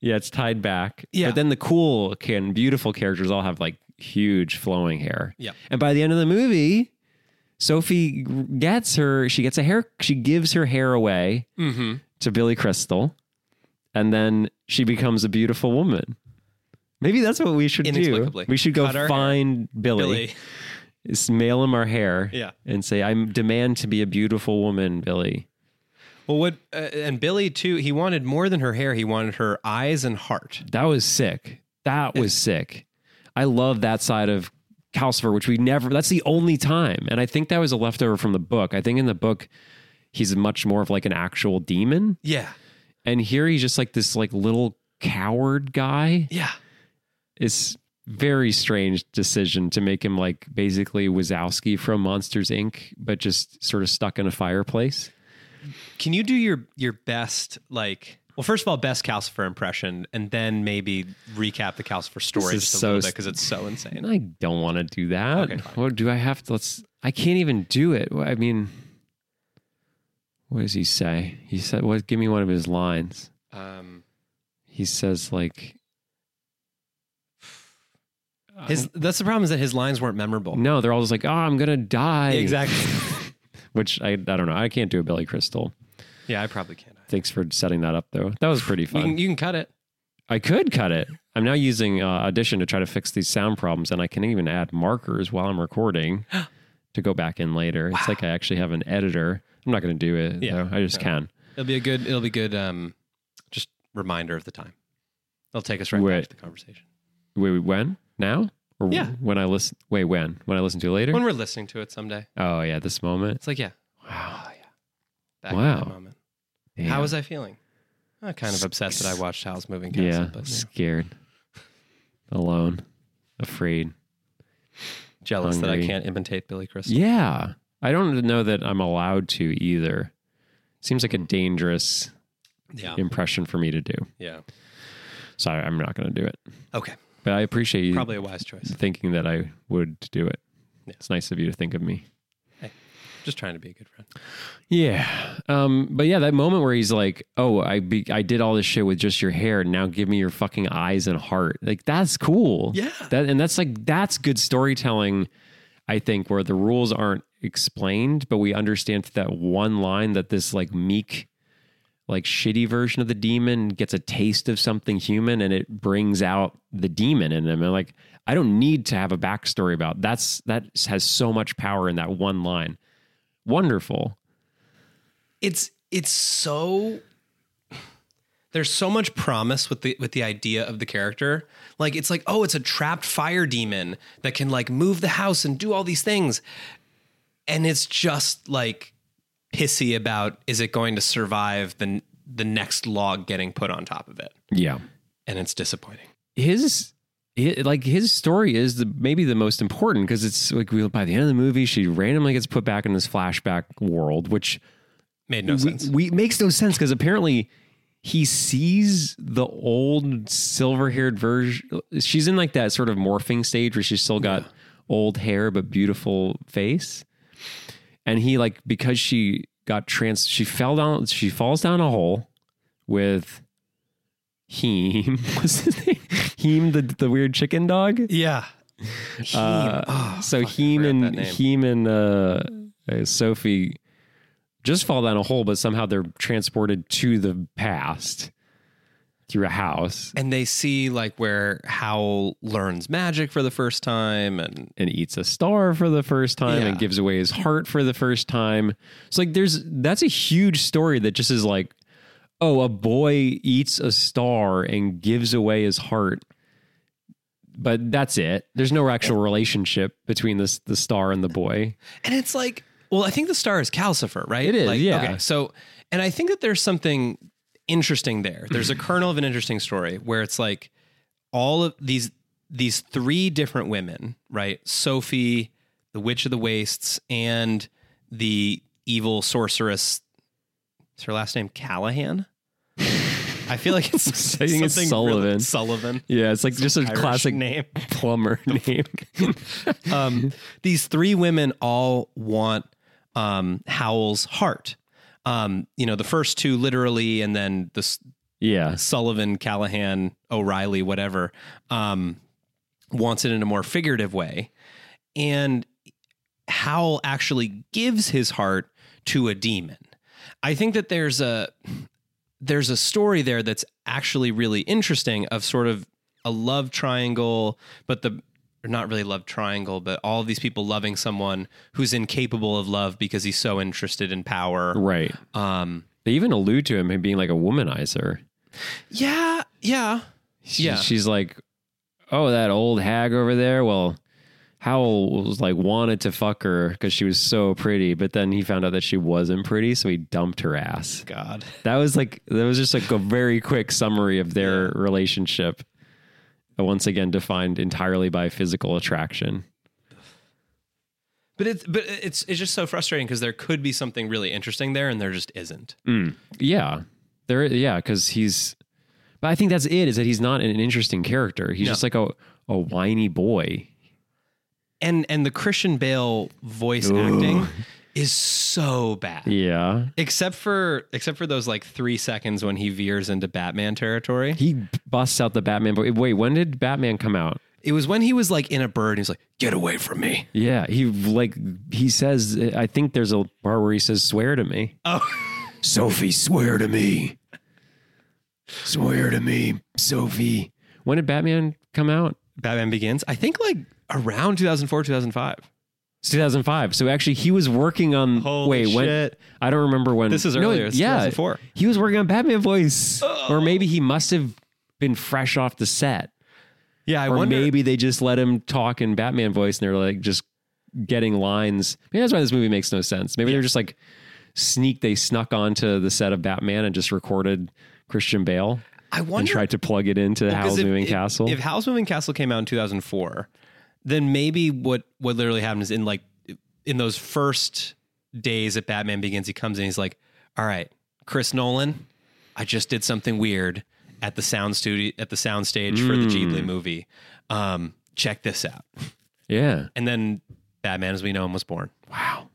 Speaker 1: Yeah, it's tied back.
Speaker 2: Yeah.
Speaker 1: But then the cool and beautiful characters all have like huge flowing hair.
Speaker 2: Yeah.
Speaker 1: And by the end of the movie, Sophie gets her, she gets a hair, she gives her hair away
Speaker 2: Mm-hmm.
Speaker 1: to Billy Crystal, and then she becomes a beautiful woman. Maybe that's what we should do.
Speaker 2: Inexplicably.
Speaker 1: We should go
Speaker 2: Cut our hair.
Speaker 1: find Billy,
Speaker 2: Billy.
Speaker 1: Just mail him our hair,
Speaker 2: Yeah.
Speaker 1: and say, I demand to be a beautiful woman, Billy.
Speaker 2: Well, what uh, and Billy too. He wanted more than her hair. He wanted her eyes and heart.
Speaker 1: That was sick. That was sick. I love that side of Calcifer, which we never, that's the only time. And I think that was a leftover from the book. I think in the book, he's much more of like an actual demon.
Speaker 2: Yeah.
Speaker 1: And here he's just like this like little coward guy.
Speaker 2: Yeah.
Speaker 1: It's very strange decision to make him like basically Wazowski from Monsters Inc., but just sort of stuck in a fireplace.
Speaker 2: Can you do your your best like well first of all best Calcifer impression and then maybe recap the Calcifer story
Speaker 1: This is
Speaker 2: just a
Speaker 1: so
Speaker 2: little bit
Speaker 1: st-
Speaker 2: because it's so insane.
Speaker 1: And I don't want to do that.
Speaker 2: Okay, fine.
Speaker 1: What do I have to? Let's. I can't even do it. I mean, what does he say? He said, "What? Give me one of his lines."
Speaker 2: Um,
Speaker 1: He says, "Like
Speaker 2: his that's the problem is that his lines weren't memorable.
Speaker 1: no, they're all just like, oh, I'm gonna die."
Speaker 2: Exactly.
Speaker 1: Which I, I don't know. I can't do a Billy Crystal.
Speaker 2: yeah, I probably can't.
Speaker 1: Thanks for setting that up, though. That was pretty
Speaker 2: You
Speaker 1: fun.
Speaker 2: can, you can cut it.
Speaker 1: I could cut it. I'm now using uh, Audition to try to fix these sound problems, and I can even add markers while I'm recording to go back in later. It's like I actually have an editor. I'm not going to do it.
Speaker 2: Yeah.
Speaker 1: Yeah, I just
Speaker 2: No.
Speaker 1: can.
Speaker 2: It'll be a good it'll be good um just reminder of the time. They'll take us right back
Speaker 1: Wait.
Speaker 2: to the conversation.
Speaker 1: Wait, wait, when? Now? Or
Speaker 2: Yeah.
Speaker 1: when I listen? Wait, when? When I listen to it later?
Speaker 2: When we're listening to it someday.
Speaker 1: oh yeah, this moment.
Speaker 2: It's like yeah.
Speaker 1: Wow.
Speaker 2: Oh yeah. Back in
Speaker 1: Wow.
Speaker 2: that moment. How was I feeling? I'm kind of obsessed that I watched Howl's Moving Castle,
Speaker 1: Yeah,
Speaker 2: but yeah.
Speaker 1: scared, alone, afraid.
Speaker 2: jealous that I
Speaker 1: Hungry.
Speaker 2: can't imitate Billy Crystal.
Speaker 1: Yeah, I don't know that I'm allowed to either. Seems like a dangerous
Speaker 2: Hmm. Yeah.
Speaker 1: impression for me to do.
Speaker 2: Yeah.
Speaker 1: So I- I'm not going to do it.
Speaker 2: Okay.
Speaker 1: But I appreciate you
Speaker 2: Probably a wise choice.
Speaker 1: thinking that I would do it.
Speaker 2: Yeah.
Speaker 1: It's nice of you to think of me.
Speaker 2: Just trying to be a good friend.
Speaker 1: Yeah. Um, but yeah, that moment where he's like, "Oh, I be, I did all this shit with just your hair. Now give me your fucking eyes and heart." Like that's cool.
Speaker 2: Yeah.
Speaker 1: That and that's like that's good storytelling. I think where the rules aren't explained, but we understand through that one line that this like meek, like shitty version of the demon gets a taste of something human, and it brings out the demon in him. And like, I don't need to have a backstory about that's that has so much power in that one line. Wonderful.
Speaker 2: It's it's so there's so much promise with the with the idea of the character. Like it's like, oh, it's a trapped fire demon that can like move the house and do all these things. And it's just like pissy about is it going to survive the the next log getting put on top of it.
Speaker 1: Yeah.
Speaker 2: And it's disappointing.
Speaker 1: His, hi- like his story is the maybe the most important because it's like we by the end of the movie she randomly gets put back in this flashback world which
Speaker 2: Made no
Speaker 1: we,
Speaker 2: sense.
Speaker 1: we makes no sense because apparently he sees the old silver-haired version she's in like that sort of morphing stage where she's still got old hair but beautiful face and he like because she got trans she fell down she falls down a hole with Heem was his name Heem the the weird chicken dog
Speaker 2: Yeah. Heem.
Speaker 1: Uh,
Speaker 2: Oh,
Speaker 1: so
Speaker 2: fuck, I
Speaker 1: Heem
Speaker 2: forgot
Speaker 1: and
Speaker 2: that name.
Speaker 1: Heem and uh, uh, Sophie just fall down a hole, but somehow they're transported to the past through a house
Speaker 2: and they see like where Howl learns magic for the first time and
Speaker 1: and eats a star for the first time
Speaker 2: Yeah.
Speaker 1: and gives away his heart for the first time. So like there's that's a huge story that just is like, oh, a boy eats a star and gives away his heart. But that's it. There's no actual relationship between this the star and the boy.
Speaker 2: and it's like Well, I think the star is Calcifer, right?
Speaker 1: It is, yeah.
Speaker 2: So, and I think that there's something interesting there. There's a kernel of an interesting story where it's like all of these these three different women, right? Sophie, the Witch of the Wastes, and the evil sorceress. Is her last name Callahan? I feel like it's
Speaker 1: Saying it's
Speaker 2: something
Speaker 1: Sullivan.
Speaker 2: really- Sullivan.
Speaker 1: Yeah, it's like just a
Speaker 2: Irish
Speaker 1: classic
Speaker 2: name.
Speaker 1: plumber name.
Speaker 2: um, these three women all want um, Howell's heart. Um, you know, the first two literally, and then the S-
Speaker 1: yeah.
Speaker 2: Sullivan, Callahan, O'Reilly, whatever, um, wants it in a more figurative way. And Howell actually gives his heart to a demon. I think that there's a there's a story there that's actually really interesting of sort of a love triangle, but the or not really love triangle, but all these people loving someone who's incapable of love because he's so interested in power.
Speaker 1: Right.
Speaker 2: Um,
Speaker 1: They even allude to him and being like a womanizer.
Speaker 2: yeah, yeah.
Speaker 1: She-
Speaker 2: Yeah.
Speaker 1: She's like, oh, that old hag over there. Well, Howell was like wanted to fuck her because she was so pretty, but then he found out that she wasn't pretty, so he dumped her ass.
Speaker 2: God.
Speaker 1: That was like that was just like a very quick summary of their relationship. Once again, defined entirely by physical attraction.
Speaker 2: But it's but it's it's just so frustrating because there could be something really interesting there, and there just isn't.
Speaker 1: Mm. Yeah, there. Yeah, because he's. But I think that's it. Is that he's not an interesting character. He's
Speaker 2: No.
Speaker 1: just like a a whiny boy.
Speaker 2: And and the Christian Bale voice acting is so bad.
Speaker 1: Yeah,
Speaker 2: Except for except for those like three seconds when he veers into Batman territory.
Speaker 1: he busts out the Batman. But wait, when did Batman come out?
Speaker 2: It was when he was like in a bird and he's like, get away from me.
Speaker 1: Yeah, he like he says. I think there's a part where he says, "Swear to me."
Speaker 2: Oh
Speaker 1: Sophie, swear to me. Swear to me, Sophie. When did Batman come out?
Speaker 2: Batman begins. I think like around 2004, 2005.
Speaker 1: It's 2005. So actually, he was working on.
Speaker 2: Holy
Speaker 1: wait, when?
Speaker 2: shit.
Speaker 1: I don't remember when.
Speaker 2: This is
Speaker 1: No,
Speaker 2: earlier. It's 2004.
Speaker 1: he was working on Batman voice,
Speaker 2: Oh.
Speaker 1: or maybe he must have been fresh off the set,
Speaker 2: Yeah, I
Speaker 1: or
Speaker 2: wonder
Speaker 1: maybe they just let him talk in Batman voice, and they're like just getting lines. Maybe that's why this movie makes no sense. Maybe they're just like sneak. They snuck onto the set of Batman and just recorded Christian Bale
Speaker 2: I
Speaker 1: and
Speaker 2: wonder
Speaker 1: tried to plug it into Howl's
Speaker 2: Because if-
Speaker 1: Moving
Speaker 2: if,
Speaker 1: Castle.
Speaker 2: If Howl's Moving Castle came out in 2004, then maybe what what literally happens in like in those first days that Batman Begins, he comes in, he's like, "All right, Chris Nolan, I just did something weird at the sound studio at the sound stage for the Ghibli
Speaker 1: Hmm.
Speaker 2: movie. Um, check this out."
Speaker 1: yeah.
Speaker 2: And then Batman, as we know him, was born. Wow.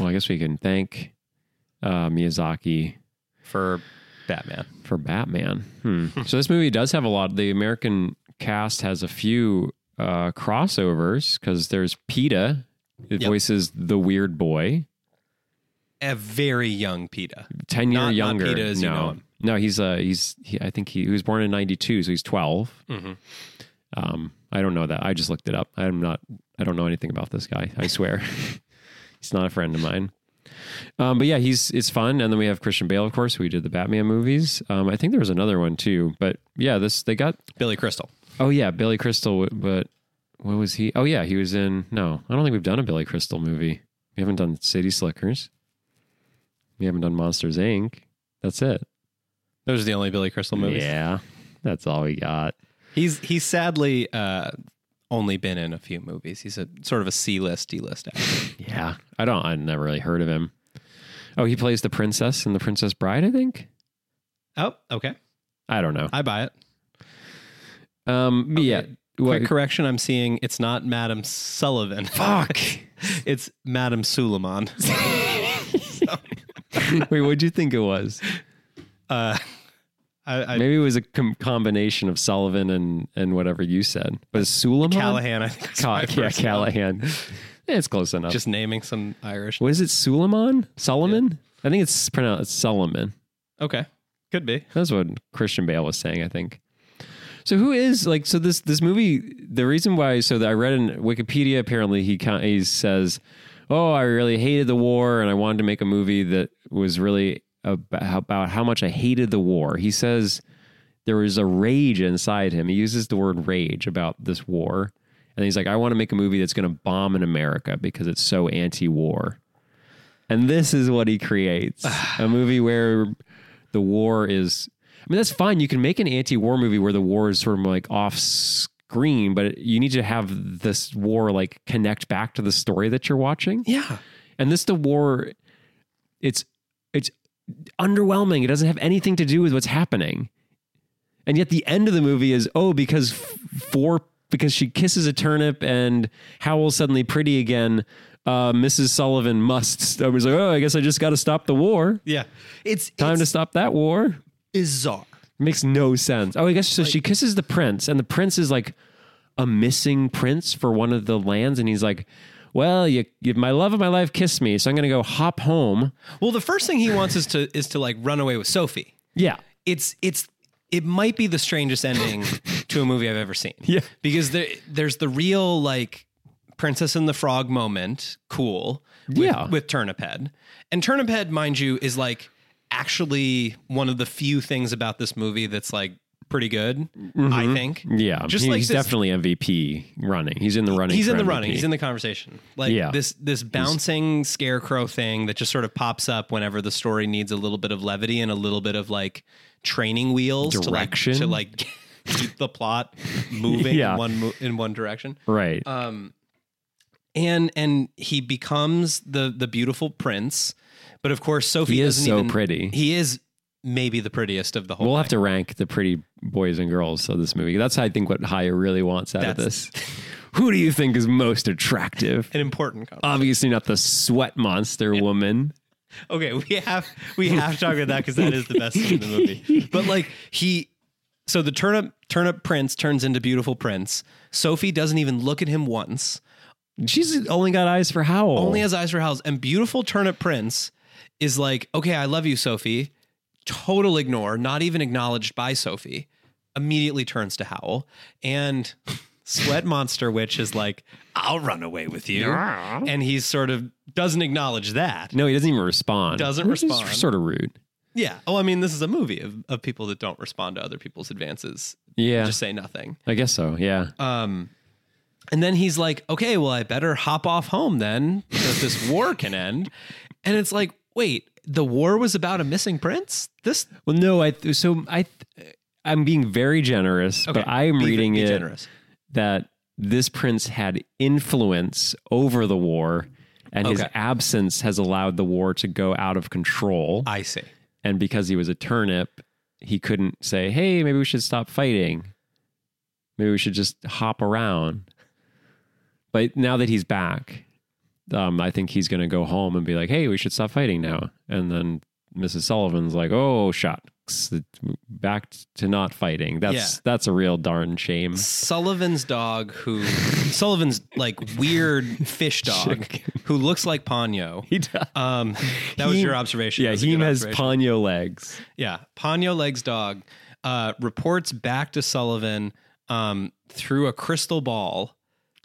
Speaker 1: Well, I guess we can thank uh, Miyazaki
Speaker 2: For Batman,
Speaker 1: for Batman. Hmm. so this movie does have a lot. The American cast has a few uh, crossovers because there's PETA. It
Speaker 2: Yep.
Speaker 1: voices the weird boy,
Speaker 2: a very young PETA.
Speaker 1: ten year
Speaker 2: Not- not
Speaker 1: younger.
Speaker 2: PETA as you
Speaker 1: no,
Speaker 2: know him.
Speaker 1: no, he's uh, he's he, I think he, he was born in '92, so he's 12. Um, I don't know that. I just looked it up. I'm not. I don't know anything about this guy. I swear, he's not a friend of mine. Um, but yeah, he's it's fun. And then we have Christian Bale, of course. We did the Batman movies. Um, I think there was another one too. But yeah, this they got
Speaker 2: Billy Crystal.
Speaker 1: Oh yeah, Billy Crystal. w- But what was he? Oh yeah, he was in. No, I don't think we've done a Billy Crystal movie. We haven't done City Slickers. We haven't done Monsters Inc. That's it.
Speaker 2: Those are the only Billy Crystal movies.
Speaker 1: Yeah, that's all we got.
Speaker 2: He's he's sadly uh, only been in a few movies. He's a sort of a C list, D list actor.
Speaker 1: Yeah, I don't. I never really heard of him. Oh, he plays the princess in The Princess Bride. I think.
Speaker 2: oh, okay,
Speaker 1: I don't know.
Speaker 2: I buy it.
Speaker 1: Um. but Yeah. What,
Speaker 2: Quick correction: I'm seeing it's not Madam Sullivan. Fuck, it's Madam Suleiman.
Speaker 1: wait, what'd you think it was?
Speaker 2: uh, I, I,
Speaker 1: Maybe it was a com- combination of Sullivan and and whatever you said. But Suleiman
Speaker 2: Callahan, I think. is
Speaker 1: Ca-
Speaker 2: my
Speaker 1: yeah,
Speaker 2: first name.
Speaker 1: Callahan. Yeah, it's close enough.
Speaker 2: Just naming some Irish.
Speaker 1: what is it, Suleiman? Solomon? I think it's pronounced Solomon.
Speaker 2: Okay, could be.
Speaker 1: That's what Christian Bale was saying, I think. So who is like so this this movie? The reason why so that I read in Wikipedia apparently he kind he says, "Oh, I really hated the war, and I wanted to make a movie that was really about, about how much I hated the war." He says there was a rage inside him. He uses the word rage about this war, and he's like, "I want to make a movie that's going to bomb in America because it's so anti-war." And this is what he creates a movie where the war is. I mean, that's fine. You can make an anti war movie where the war is sort of like off screen, but you need to have this war like connect back to the story that you're watching.
Speaker 2: Yeah.
Speaker 1: And this, the war, it's, it's underwhelming. It doesn't have anything to do with what's happening. And yet the end of the movie is, oh, because f- four, because she kisses a turnip and Howell's suddenly pretty again. Uh, Mrs. Sullivan must. I was like, oh, I guess I just got to stop the war.
Speaker 2: Yeah. It's
Speaker 1: Time
Speaker 2: it's
Speaker 1: to stop that war.
Speaker 2: bizarre.
Speaker 1: Makes no sense. Oh, I guess so. she kisses the prince, and the prince is like a missing prince for one of the lands, and he's like, "Well, you, you my love of my life kissed me, so I'm gonna go hop home."
Speaker 2: Well, the first thing he wants is to is to like run away with Sophie.
Speaker 1: Yeah,
Speaker 2: It's it's it might be the strangest ending to a movie I've ever seen.
Speaker 1: Yeah.
Speaker 2: Because there there's the real like Princess and the Frog moment, cool. With,
Speaker 1: Yeah.
Speaker 2: With Turnip Head. And Turnip Head, mind you, is like actually one of the few things about this movie that's like pretty good,
Speaker 1: Mm-hmm.
Speaker 2: I think.
Speaker 1: yeah.
Speaker 2: Just
Speaker 1: He-
Speaker 2: like
Speaker 1: he's
Speaker 2: this-
Speaker 1: definitely MVP running. He's in the running.
Speaker 2: He's
Speaker 1: for
Speaker 2: in the
Speaker 1: MVP.
Speaker 2: running. He's in the conversation. Like
Speaker 1: Yeah.
Speaker 2: this this bouncing scarecrow thing that just sort of pops up whenever the story needs a little bit of levity and a little bit of like training wheels
Speaker 1: Direction.
Speaker 2: to like to like keep the plot moving
Speaker 1: Yeah.
Speaker 2: in one mo- in one direction.
Speaker 1: right.
Speaker 2: Um, and and he becomes the the beautiful prince, but of course Sophie
Speaker 1: he is
Speaker 2: doesn't
Speaker 1: so
Speaker 2: even-
Speaker 1: pretty.
Speaker 2: He is maybe the prettiest of the whole.
Speaker 1: we'll have to rank the pretty boys and girls of this movie. That's I think what Haya really wants out
Speaker 2: That's-
Speaker 1: of this. Who do you think is most attractive?
Speaker 2: an important. Comment.
Speaker 1: Obviously not the sweat monster woman.
Speaker 2: Okay, we have we have to talk about that because that is the best scene in the movie. But like he, so the turnip turnip prince turns into beautiful prince. Sophie doesn't even look at him once.
Speaker 1: She's only got eyes for Howl.
Speaker 2: Only has eyes for Howells. And beautiful turnip prince is like, okay, I love you, Sophie. Total ignore, not even acknowledged by Sophie. Immediately turns to Howl and sweat monster witch is like, I'll run away with you. And he sort of doesn't acknowledge that.
Speaker 1: no, he doesn't even respond.
Speaker 2: Doesn't
Speaker 1: Which is
Speaker 2: respond.
Speaker 1: Sort of rude.
Speaker 2: Yeah. Oh, I mean, this is a movie of, of people that don't respond to other people's advances.
Speaker 1: Yeah,
Speaker 2: Just say nothing.
Speaker 1: I guess so. Yeah,
Speaker 2: Um, and then he's like, okay, well, I better hop off home then so that this war can end. And it's like, wait, the war was about a missing prince? This,
Speaker 1: Well, no, I th- so I th- I'm being very generous,
Speaker 2: Okay,
Speaker 1: but I'm
Speaker 2: be-
Speaker 1: reading
Speaker 2: be
Speaker 1: it
Speaker 2: generous.
Speaker 1: that this prince had influence over the war, and his
Speaker 2: Okay.
Speaker 1: absence has allowed the war to go out of control.
Speaker 2: I see.
Speaker 1: and because he was a turnip, he couldn't say, "Hey, maybe we should stop fighting. Maybe we should just hop around." But now that he's back, um, I think he's going to go home and be like, "Hey, we should stop fighting now." And then Mrs. Sullivan's like, "Oh, shucks, back to not fighting. That's
Speaker 2: Yeah.
Speaker 1: that's a real darn shame."
Speaker 2: Sullivan's dog, who Sullivan's like weird fish dog who looks like Ponyo.
Speaker 1: He does.
Speaker 2: Um, that was
Speaker 1: He-
Speaker 2: your observation.
Speaker 1: Yeah,
Speaker 2: That was a
Speaker 1: he
Speaker 2: good
Speaker 1: has
Speaker 2: observation.
Speaker 1: ponyo legs.
Speaker 2: Yeah. Ponyo Legs Dog uh, reports back to Sullivan um, through a crystal ball.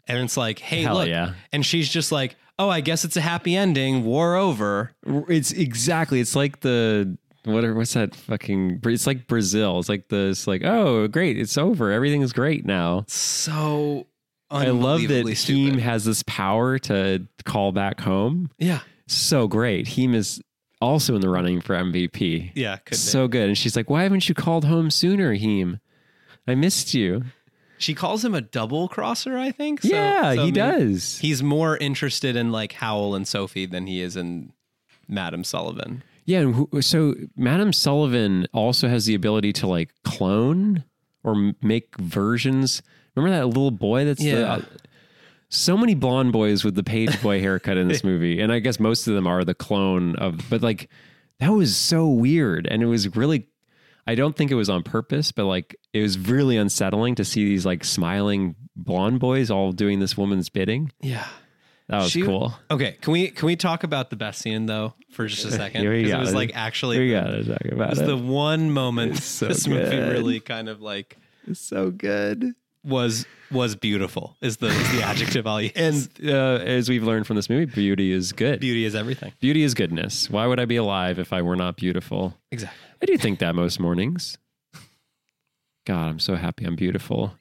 Speaker 2: And it's like, hey,
Speaker 1: Hell
Speaker 2: look.
Speaker 1: yeah.
Speaker 2: And she's just like, oh, I guess it's a happy ending. War over.
Speaker 1: It's exactly. It's like the what? are- What's that fucking? It's like Brazil. It's like this. Like oh, great. It's over. Everything's great now.
Speaker 2: So
Speaker 1: I love that
Speaker 2: unbelievably
Speaker 1: Heem
Speaker 2: stupid.
Speaker 1: has this power to call back home.
Speaker 2: Yeah.
Speaker 1: So great. Heem is also in the running for MVP.
Speaker 2: Yeah. Couldn't it?
Speaker 1: so good. And she's like, why haven't you called home sooner, Heem? I missed you.
Speaker 2: She calls him a double crosser, I think. So-
Speaker 1: yeah,
Speaker 2: so
Speaker 1: he
Speaker 2: maybe
Speaker 1: does.
Speaker 2: He's more interested in like Howl and Sophie than he is in Madame Sullivan.
Speaker 1: Yeah, and who, so Madame Sullivan also has the ability to like clone or m- make versions. Remember that little boy that's the, uh,
Speaker 2: Yeah.
Speaker 1: so many blonde boys with the page boy haircut in this movie, and I guess most of them are the clone of. But like that was so weird, and it was really. I don't think it was on purpose, but like it was really unsettling to see these like smiling blonde boys all doing this woman's bidding.
Speaker 2: Yeah.
Speaker 1: That was
Speaker 2: She-
Speaker 1: cool.
Speaker 2: Okay, can we can we talk about the best scene though for just a second?
Speaker 1: Here we
Speaker 2: 'Cause
Speaker 1: go.
Speaker 2: it was like
Speaker 1: We
Speaker 2: actually it
Speaker 1: gotta talk about
Speaker 2: was
Speaker 1: it.
Speaker 2: the one moment
Speaker 1: It's so
Speaker 2: this movie
Speaker 1: good.
Speaker 2: really kind of like
Speaker 1: it's so good.
Speaker 2: was was beautiful is the is the adjective I'll use.
Speaker 1: And uh, as we've learned from this movie, beauty is good.
Speaker 2: beauty is everything.
Speaker 1: Beauty is goodness. Why would I be alive if I were not beautiful?
Speaker 2: Exactly.
Speaker 1: I do think that most mornings. God, I'm so happy I'm beautiful.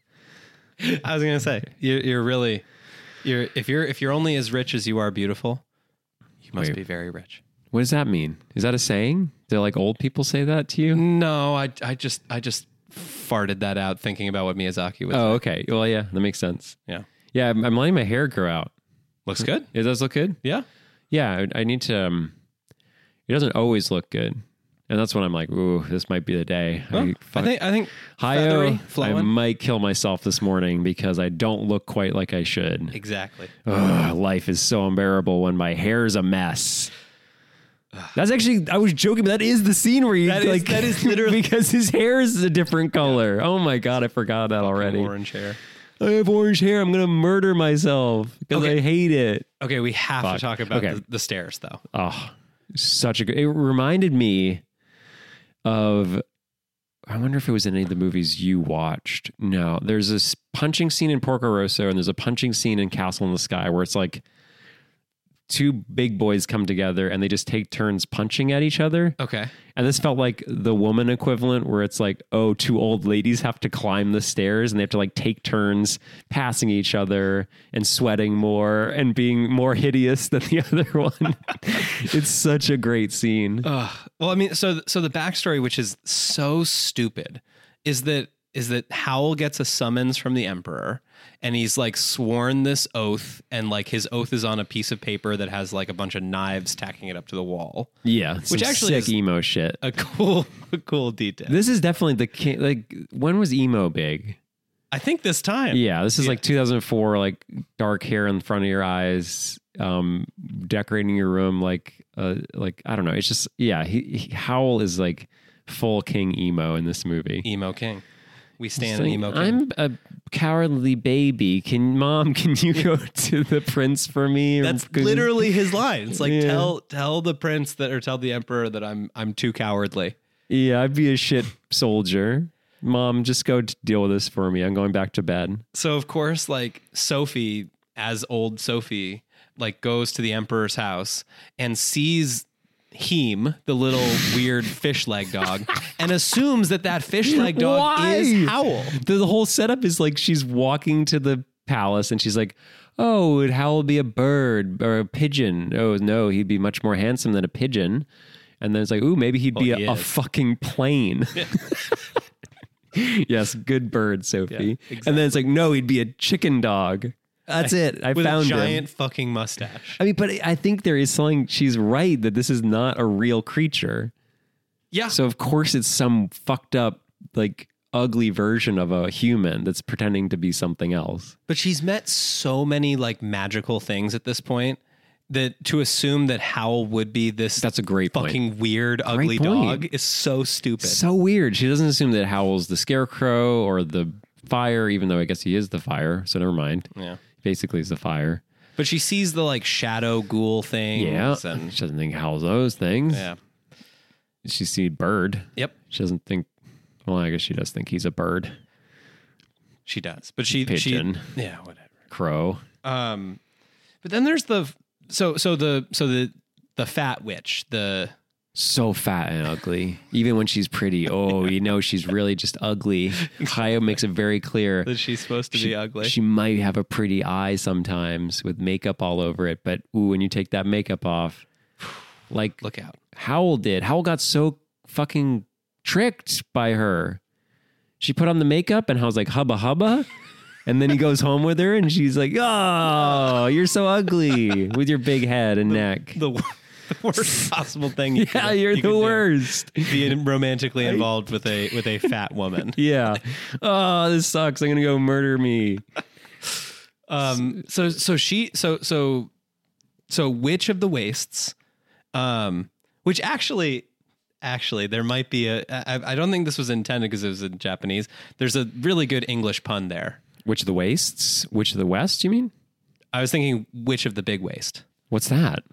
Speaker 2: I was gonna say you're, you're really you're if you're if you're only as rich as you are beautiful, you Must
Speaker 1: Wait.
Speaker 2: be very rich.
Speaker 1: What does that mean? Is that a saying? Do like old people say that to you?
Speaker 2: No, I I just I just farted that out thinking about what Miyazaki was.
Speaker 1: Oh, okay. Well, yeah, that makes sense.
Speaker 2: Yeah.
Speaker 1: Yeah, I'm, I'm letting my hair grow out.
Speaker 2: Looks good.
Speaker 1: It does look good.
Speaker 2: Yeah.
Speaker 1: Yeah, I, I need to. Um, it doesn't always look good, and that's when I'm like, ooh, this might be the day.
Speaker 2: Well,
Speaker 1: I,
Speaker 2: I
Speaker 1: fuck-
Speaker 2: think I think feathery,
Speaker 1: Hi-yo, I
Speaker 2: flowing.
Speaker 1: might kill myself this morning because I don't look quite like I should.
Speaker 2: Exactly.
Speaker 1: Ugh, life is so unbearable when my hair's a mess. That's actually I was joking, but that is the scene where you
Speaker 2: That is-
Speaker 1: like
Speaker 2: that is literally-
Speaker 1: because his hair is a different color. Oh my god, I forgot that already.
Speaker 2: Orange hair.
Speaker 1: I have orange hair. I'm gonna murder myself because
Speaker 2: Okay.
Speaker 1: I hate it.
Speaker 2: Okay, we have
Speaker 1: Fuck.
Speaker 2: to talk about
Speaker 1: Okay.
Speaker 2: the, the stairs though.
Speaker 1: Oh, such a good. It reminded me of. I wonder if it was in any of the movies you watched. No, there's this punching scene in Porco Rosso, and there's a punching scene in Castle in the Sky where it's like two big boys come together and they just take turns punching at each other.
Speaker 2: Okay.
Speaker 1: And this felt like the woman equivalent, where it's like, oh, two old ladies have to climb the stairs and they have to like take turns passing each other and sweating more and being more hideous than the other one. it's such a great scene.
Speaker 2: Ugh. Well, I mean, so so the backstory, which is so stupid, is that is that Howl gets a summons from the Emperor, and he's like sworn this oath, and like his oath is on a piece of paper that has like a bunch of knives tacking it up to the wall.
Speaker 1: Yeah, which
Speaker 2: actually
Speaker 1: sick
Speaker 2: is-
Speaker 1: emo shit.
Speaker 2: A cool, a cool detail.
Speaker 1: This is definitely the ki- like when was emo big?
Speaker 2: I think this time.
Speaker 1: Yeah, this is
Speaker 2: Yeah.
Speaker 1: like 2004. Like dark hair in front of your eyes, um, decorating your room. Like, uh, like I don't know. It's just yeah. He, he Howl is like full king emo in this movie.
Speaker 2: Emo King. We
Speaker 1: He's
Speaker 2: stand
Speaker 1: like,
Speaker 2: Emo King.
Speaker 1: I'm a cowardly baby. Can mom? Can you go to the prince for me? Or
Speaker 2: That's
Speaker 1: can-
Speaker 2: literally his line. It's like
Speaker 1: Yeah.
Speaker 2: tell tell the prince that or tell the emperor that I'm I'm too cowardly.
Speaker 1: Yeah, I'd be a shit soldier. Mom, just go t- deal with this for me. I'm going back to bed.
Speaker 2: So of course, like Sophie, as old Sophie, like goes to the emperor's house and sees Heme, the little weird fish leg dog, and assumes that that fish leg dog
Speaker 1: Why?
Speaker 2: is Howl.
Speaker 1: the, the whole setup is like she's walking to the palace and she's like, Oh, would Howl be a bird or a pigeon? Oh, no, he'd be much more handsome than a pigeon. And then it's like, Ooh, maybe he'd be
Speaker 2: Well, Oh, he
Speaker 1: a, a
Speaker 2: is.
Speaker 1: fucking plane. yes, good bird, Sophie.
Speaker 2: Yeah,
Speaker 1: And then it's like, No, he'd be a chicken dog. That's it. I
Speaker 2: With
Speaker 1: found
Speaker 2: a
Speaker 1: him.
Speaker 2: giant fucking mustache.
Speaker 1: I mean, but I think there is something, she's right that this is not a real creature.
Speaker 2: Yeah.
Speaker 1: So of course it's some fucked up, like ugly version of a human that's pretending to be something else.
Speaker 2: But she's met so many like magical things at this point that to assume that Howl would be this
Speaker 1: That's a great point.
Speaker 2: fucking weird, ugly
Speaker 1: point.
Speaker 2: dog is so stupid.
Speaker 1: So weird. She doesn't assume that Howl's the scarecrow or the fire, even though I guess he is the fire. So never mind.
Speaker 2: yeah.
Speaker 1: Basically, he's the fire.
Speaker 2: But she sees the like shadow ghoul things
Speaker 1: Yeah.
Speaker 2: and
Speaker 1: She doesn't think Howl's those things.
Speaker 2: yeah.
Speaker 1: She sees bird.
Speaker 2: Yep.
Speaker 1: She doesn't think. Well, I guess she does think he's a bird,
Speaker 2: She does. But she
Speaker 1: Pigeon.
Speaker 2: she Yeah, whatever.
Speaker 1: crow.
Speaker 2: Um but then there's the so so the so the the fat witch, the
Speaker 1: so fat and ugly. Even when she's pretty, oh, you know she's really just ugly. Kaio makes it very clear.
Speaker 2: that she's supposed to be ugly.
Speaker 1: She might have a pretty eye sometimes with makeup all over it, but ooh, when you take that makeup off, like
Speaker 2: Look out.
Speaker 1: Howell did. Howell got so fucking tricked by her. She put on the makeup and Howell's like, hubba hubba. And then he goes home with her and she's like, oh, you're so ugly with your big head and neck.
Speaker 2: The, wor- the worst possible thing. you
Speaker 1: Yeah,
Speaker 2: could-
Speaker 1: you're
Speaker 2: you could
Speaker 1: the
Speaker 2: do.
Speaker 1: worst.
Speaker 2: Being romantically involved with a with a fat woman.
Speaker 1: Yeah. Oh, this sucks. I'm gonna go murder me.
Speaker 2: Um. So so she so so so which of the wastes, um, which actually actually there might be a I, I don't think this was intended because it was in Japanese. There's a really good English pun there.
Speaker 1: Which of the wastes? Which of the west? You mean?
Speaker 2: I was thinking which of the big waste.
Speaker 1: What's that?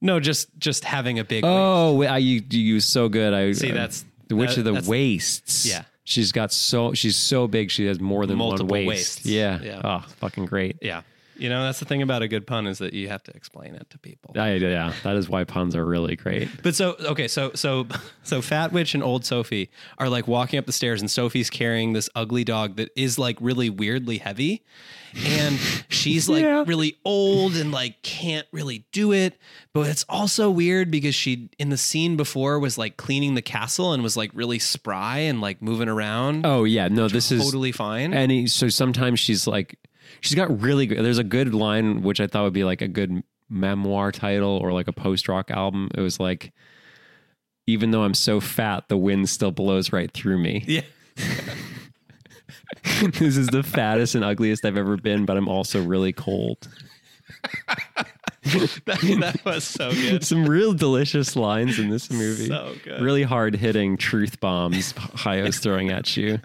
Speaker 2: No, just just having a big. waist.
Speaker 1: Oh, wa- I, you you was so good. I
Speaker 2: See, that's-
Speaker 1: the which
Speaker 2: that-
Speaker 1: of the
Speaker 2: that's-
Speaker 1: wastes?
Speaker 2: Yeah.
Speaker 1: She's got so she's so big. She has more than
Speaker 2: Multiple
Speaker 1: one waist.
Speaker 2: waists.
Speaker 1: Yeah.
Speaker 2: Yeah.
Speaker 1: Oh, fucking great.
Speaker 2: Yeah. You know, that's the thing about a good pun is that you have to explain it to people.
Speaker 1: I, yeah, that is why puns are really great.
Speaker 2: But so okay, so so so Fat Witch and old Sophie are like walking up the stairs and Sophie's carrying this ugly dog that is like really weirdly heavy and she's like
Speaker 1: Yeah.
Speaker 2: really old and like can't really do it, but it's also weird because she in the scene before was like cleaning the castle and was like really spry and like moving around
Speaker 1: Oh yeah, no, this is
Speaker 2: totally fine.
Speaker 1: and he, so sometimes she's like she's got really good there's a good line which i thought would be like a good memoir title or like a post-rock album it was like even though i'm so fat the wind still blows right through me
Speaker 2: yeah.
Speaker 1: this is the fattest and ugliest i've ever been but i'm also really cold
Speaker 2: that, that was so good.
Speaker 1: some real delicious lines in this movie
Speaker 2: So good.
Speaker 1: really hard hitting truth bombs Hayo's throwing at you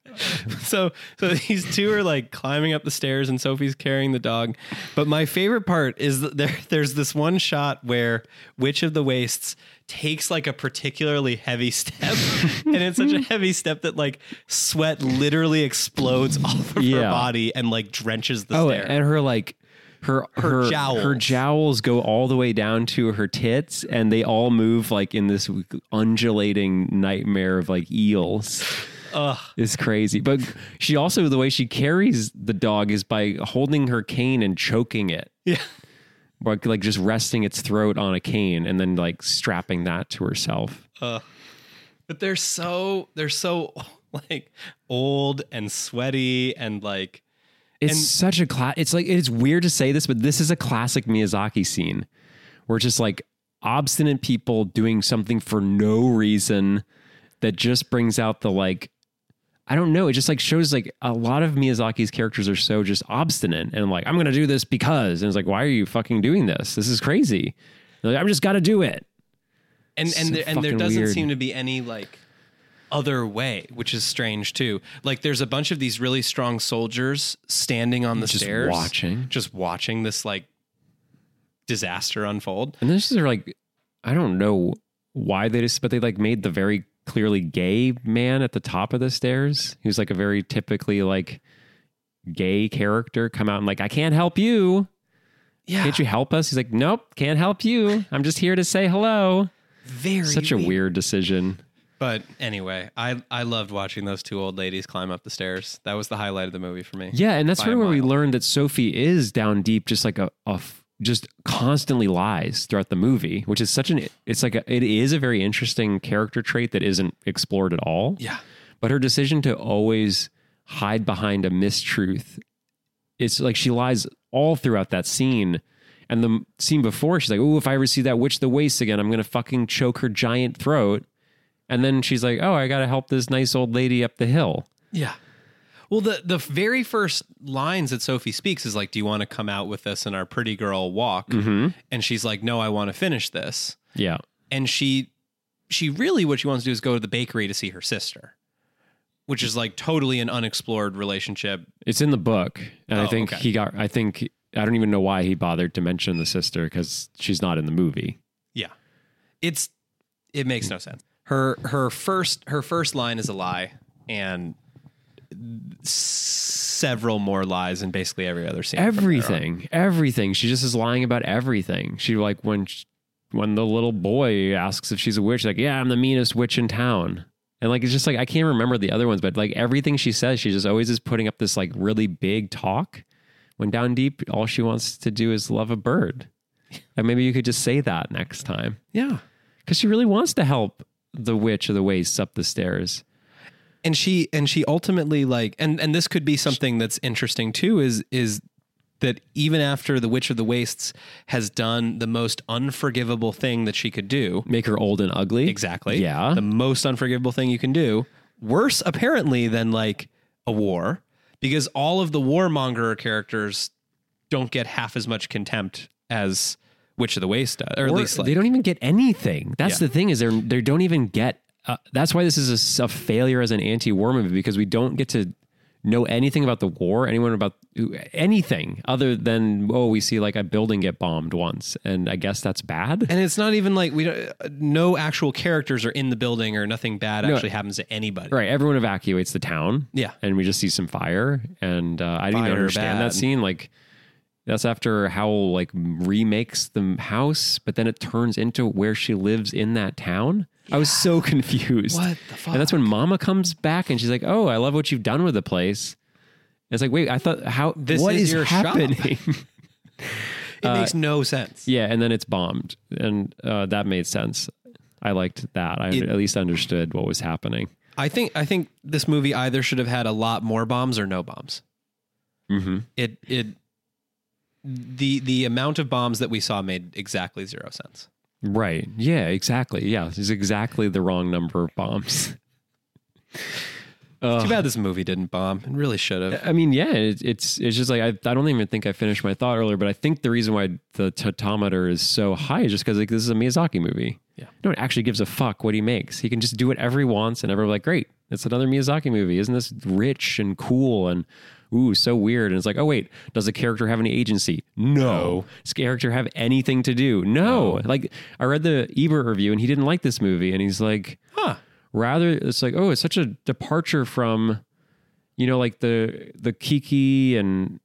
Speaker 2: so so these two are like climbing up the stairs and Sophie's carrying the dog. But my favorite part is that there there's this one shot where Witch of the Wastes takes like a particularly heavy step and it's such a heavy step that like sweat literally explodes off of her
Speaker 1: Yeah.
Speaker 2: body and like drenches the
Speaker 1: Oh,
Speaker 2: stair.
Speaker 1: and her like her
Speaker 2: Her
Speaker 1: her
Speaker 2: jowls.
Speaker 1: her jowls go all the way down to her tits, and they all move like in this undulating nightmare of like eels.
Speaker 2: Ugh.
Speaker 1: It's crazy, but she also the way she carries the dog is by holding her cane and choking it,
Speaker 2: Yeah.
Speaker 1: like like just resting its throat on a cane, and then like strapping that to herself.
Speaker 2: But they're so they're so like old and sweaty and like
Speaker 1: It's
Speaker 2: And-
Speaker 1: such a class. It's like it's weird to say this, but this is a classic Miyazaki scene where it's just like obstinate people doing something for no reason that just brings out the like. I don't know. It just like shows like a lot of Miyazaki's characters are so just obstinate and like I'm gonna do this because and it's like why are you fucking doing this? This is crazy. They're like, I'm just gotta do it.
Speaker 2: and and
Speaker 1: So
Speaker 2: there, and there
Speaker 1: fucking
Speaker 2: doesn't
Speaker 1: weird.
Speaker 2: seem to be any like other way, which is strange too. Like there's a bunch of these really strong soldiers standing on the
Speaker 1: Just
Speaker 2: stairs,
Speaker 1: watching.
Speaker 2: just watching this like disaster unfold.
Speaker 1: And this is like I don't know why they just but they like made the very clearly gay man at the top of the stairs who's like a very typically like gay character come out and like I can't help you.
Speaker 2: Yeah,
Speaker 1: Can't you help us? He's like, Nope, can't help you. I'm just here to say hello.
Speaker 2: very
Speaker 1: Such a weird decision.
Speaker 2: But anyway, I I loved watching those two old ladies climb up the stairs. That was the highlight of the movie for me.
Speaker 1: Yeah, and that's
Speaker 2: By
Speaker 1: sort
Speaker 2: a
Speaker 1: of where we
Speaker 2: mile.
Speaker 1: learned that Sophie is down deep, just like a, a f- just constantly lies throughout the movie, which is such an it's like a, it is a very interesting character trait that isn't explored at all.
Speaker 2: yeah,
Speaker 1: but her decision to always hide behind a mistruth it's like she lies all throughout that scene and the m- scene before she's like oh if i ever see that witch the waist again i'm gonna fucking choke her giant throat and then she's like oh i gotta help this nice old lady up the hill
Speaker 2: yeah. Well, the the very first lines that Sophie speaks is like, "Do you want to come out with us in our pretty girl walk?"
Speaker 1: Mm.
Speaker 2: And she's like, "No, I want to finish this."
Speaker 1: yeah
Speaker 2: and she she really what she wants to do is go to the bakery to see her sister which is like totally an unexplored relationship
Speaker 1: it's in the book and i
Speaker 2: Oh,
Speaker 1: think
Speaker 2: okay.
Speaker 1: he got i think i don't even know why he bothered to mention the sister because she's not in the movie
Speaker 2: yeah it's it makes no sense her her first her first line is a lie and several more lies in basically every other scene from there on.
Speaker 1: everything everything she just is lying about everything she like when sh when the little boy asks if she's a witch like yeah i'm the meanest witch in town and like it's just like i can't remember the other ones but like everything she says she just always is putting up this like really big talk when down deep all she wants to do is love a bird and maybe you could just say that next time
Speaker 2: yeah
Speaker 1: because she really wants to help the witch of the waste up the stairs
Speaker 2: and she and she ultimately like and and this could be something that's interesting too is is that even after the witch of the wastes has done the most unforgivable thing that she could do
Speaker 1: make her old and ugly
Speaker 2: exactly
Speaker 1: yeah
Speaker 2: the most unforgivable thing you can do worse apparently than like a war because all of the warmonger characters don't get half as much contempt as witch of the waste does or, at
Speaker 1: Or
Speaker 2: least like
Speaker 1: they don't even get anything. That's
Speaker 2: Yeah.
Speaker 1: the thing is they they don't even get. Uh, that's why this is a s- a, failure as an anti-war movie because we don't get to know anything about the war, anyone about anything other than oh we see like a building get bombed once, and I guess that's bad.
Speaker 2: and it's not even like we don't uh, no actual characters are in the building or nothing bad actually happens to anybody
Speaker 1: Right, everyone evacuates the town.
Speaker 2: Yeah.
Speaker 1: and we just see some fire, and uh, I didn't
Speaker 2: Fire
Speaker 1: even understand
Speaker 2: bad.
Speaker 1: that scene. Like, That's after Howl like remakes the house, but then it turns into where she lives in that town. I was so confused.
Speaker 2: What the fuck?
Speaker 1: And that's when Mama comes back and she's like, "Oh, I love what you've done with the place." And it's like, wait, I thought how
Speaker 2: This
Speaker 1: what
Speaker 2: is
Speaker 1: is
Speaker 2: your shop.
Speaker 1: happening?
Speaker 2: it makes no sense.
Speaker 1: uh, yeah, and then it's bombed, and uh, that made sense. I liked that. I at least understood what was happening.
Speaker 2: I think I think this movie either should have had a lot more bombs or no bombs.
Speaker 1: hmm
Speaker 2: It it the the amount of bombs that we saw made exactly zero sense.
Speaker 1: Right. Yeah, exactly. Yeah, it's exactly the wrong number of bombs.
Speaker 2: Too bad this movie didn't bomb. It really should have.
Speaker 1: I mean, yeah, it, it's it's just like I, I don't even think I finished my thought earlier, but I think the reason why the tautometer is so high is just because like this is a Miyazaki movie.
Speaker 2: Yeah.
Speaker 1: no one actually gives a fuck what he makes. He can just do whatever he wants, and everyone's like, "Great, it's another Miyazaki movie. Isn't this rich and cool and ooh, so weird?" And it's like, "Oh wait, does the character have any agency? No. Does the character have anything to do? No." Like I read the Ebert review, and he didn't like this movie, and he's like
Speaker 2: Huh.
Speaker 1: rather it's like oh it's such a departure from you know like the the kiki and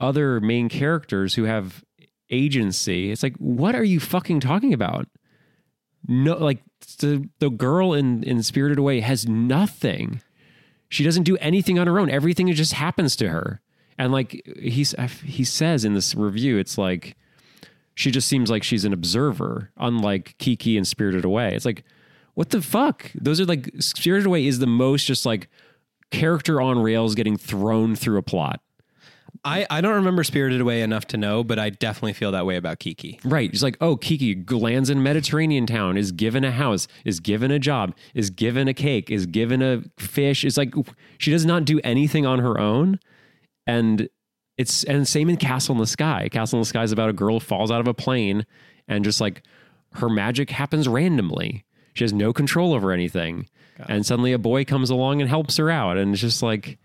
Speaker 1: other main characters who have agency it's like what are you fucking talking about no like the, the girl in in spirited away has nothing she doesn't do anything on her own everything just happens to her and like he's I f- he says in this review it's like she just seems like she's an observer, unlike Kiki and Spirited Away. It's like, what the fuck? Those are like Spirited Away is the most just like character on rails getting thrown through a plot.
Speaker 2: I, I don't remember Spirited Away enough to know, but I definitely feel that way about Kiki.
Speaker 1: Right. It's like, oh, Kiki lands in Mediterranean town, is given a house, is given a job, is given a cake, is given a fish. It's like she does not do anything on her own. And it's and same in Castle in the Sky. Castle in the Sky is about a girl who falls out of a plane and just like her magic happens randomly. She has no control over anything. And suddenly a boy comes along and helps her out. And it's just like,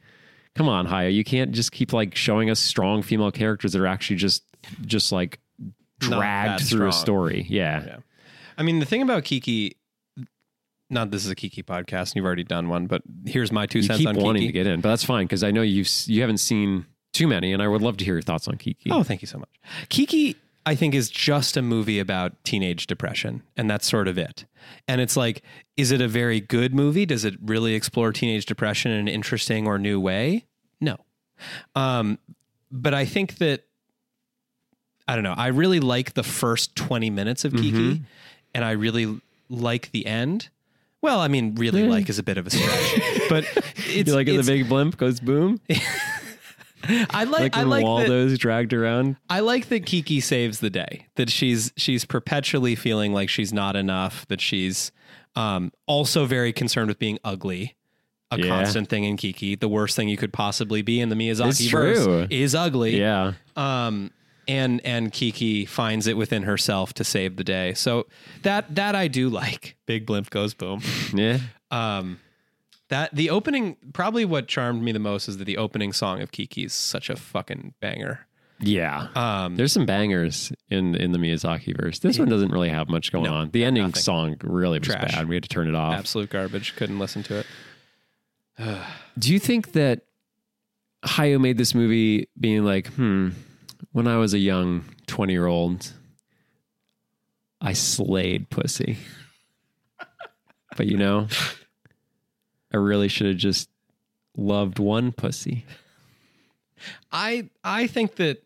Speaker 1: come on, Haya, you can't just keep like showing us strong female characters that are actually just just like
Speaker 2: Not
Speaker 1: dragged
Speaker 2: that
Speaker 1: through a
Speaker 2: strong.
Speaker 1: story. Yeah.
Speaker 2: Yeah. I mean, the thing about Kiki, not this is a Kiki podcast, and you've already done one, but here's my two
Speaker 1: You
Speaker 2: cents
Speaker 1: keep
Speaker 2: on
Speaker 1: wanting
Speaker 2: Kiki.
Speaker 1: to get in, but that's fine because I know you you haven't seen too many, and I would love to hear your thoughts on Kiki.
Speaker 2: Oh, thank you so much. Kiki, I think, is just a movie about teenage depression, and that's sort of it. And it's like, is it a very good movie? Does it really explore teenage depression in an interesting or new way? No. Um, but I think that, I don't know, I really like the first 20 minutes of
Speaker 1: Mm-hmm.
Speaker 2: Kiki, and I really like the end. Well, I mean, really like is a bit of a stretch, but it's
Speaker 1: you like it, the
Speaker 2: it's-
Speaker 1: big blimp goes boom,
Speaker 2: I like,
Speaker 1: like
Speaker 2: I
Speaker 1: when
Speaker 2: like that-
Speaker 1: Waldo's dragged around.
Speaker 2: I like that Kiki saves the day. That she's she's perpetually feeling like she's not enough. That she's um, also very concerned with being ugly. A
Speaker 1: Yeah.
Speaker 2: constant thing in Kiki. The worst thing you could possibly be in the
Speaker 1: It's
Speaker 2: Miyazaki
Speaker 1: true.
Speaker 2: verse is ugly.
Speaker 1: Yeah,
Speaker 2: Um, and and Kiki finds it within herself to save the day. So that that I do like. Big blimp goes boom.
Speaker 1: yeah.
Speaker 2: Um, that the opening probably what charmed me the most is that the opening song of Kiki is such a fucking banger.
Speaker 1: Yeah.
Speaker 2: Um,
Speaker 1: There's some bangers in in the Miyazaki verse. This one doesn't really have much going on. The ending song really was
Speaker 2: Trash.
Speaker 1: bad. We had to turn it off.
Speaker 2: absolute garbage. Couldn't listen to it.
Speaker 1: Do you think that Hayao made this movie being like, hmm, when I was a young 20 year old, I slayed pussy. but you know, I really should have just loved one pussy.
Speaker 2: I I think that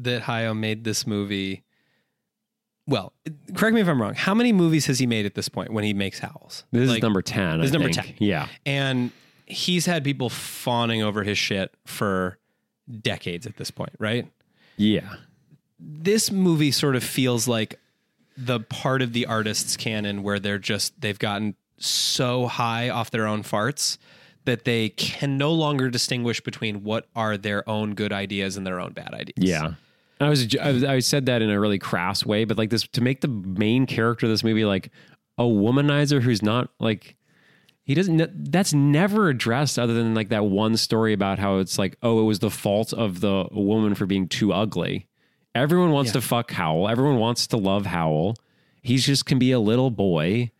Speaker 2: that Hayao made this movie. Well, correct me if I'm wrong. How many movies has he made at this point when he makes Howls?
Speaker 1: This
Speaker 2: Like,
Speaker 1: is number 10. I
Speaker 2: this is number
Speaker 1: think.
Speaker 2: 10.
Speaker 1: Yeah.
Speaker 2: and he's had people fawning over his shit for decades at this point, right?
Speaker 1: Yeah.
Speaker 2: This movie sort of feels like the part of the artist's canon where they're just they've gotten so high off their own farts that they can no longer distinguish between what are their own good ideas and their own bad ideas.
Speaker 1: Yeah. I was, I was I said that in a really crass way, but like this to make the main character of this movie like a womanizer who's not like he doesn't that's never addressed other than like that one story about how it's like oh it was the fault of the woman for being too ugly. Everyone wants to fuck Howl. Everyone wants to love Howl. He's just can be a little boy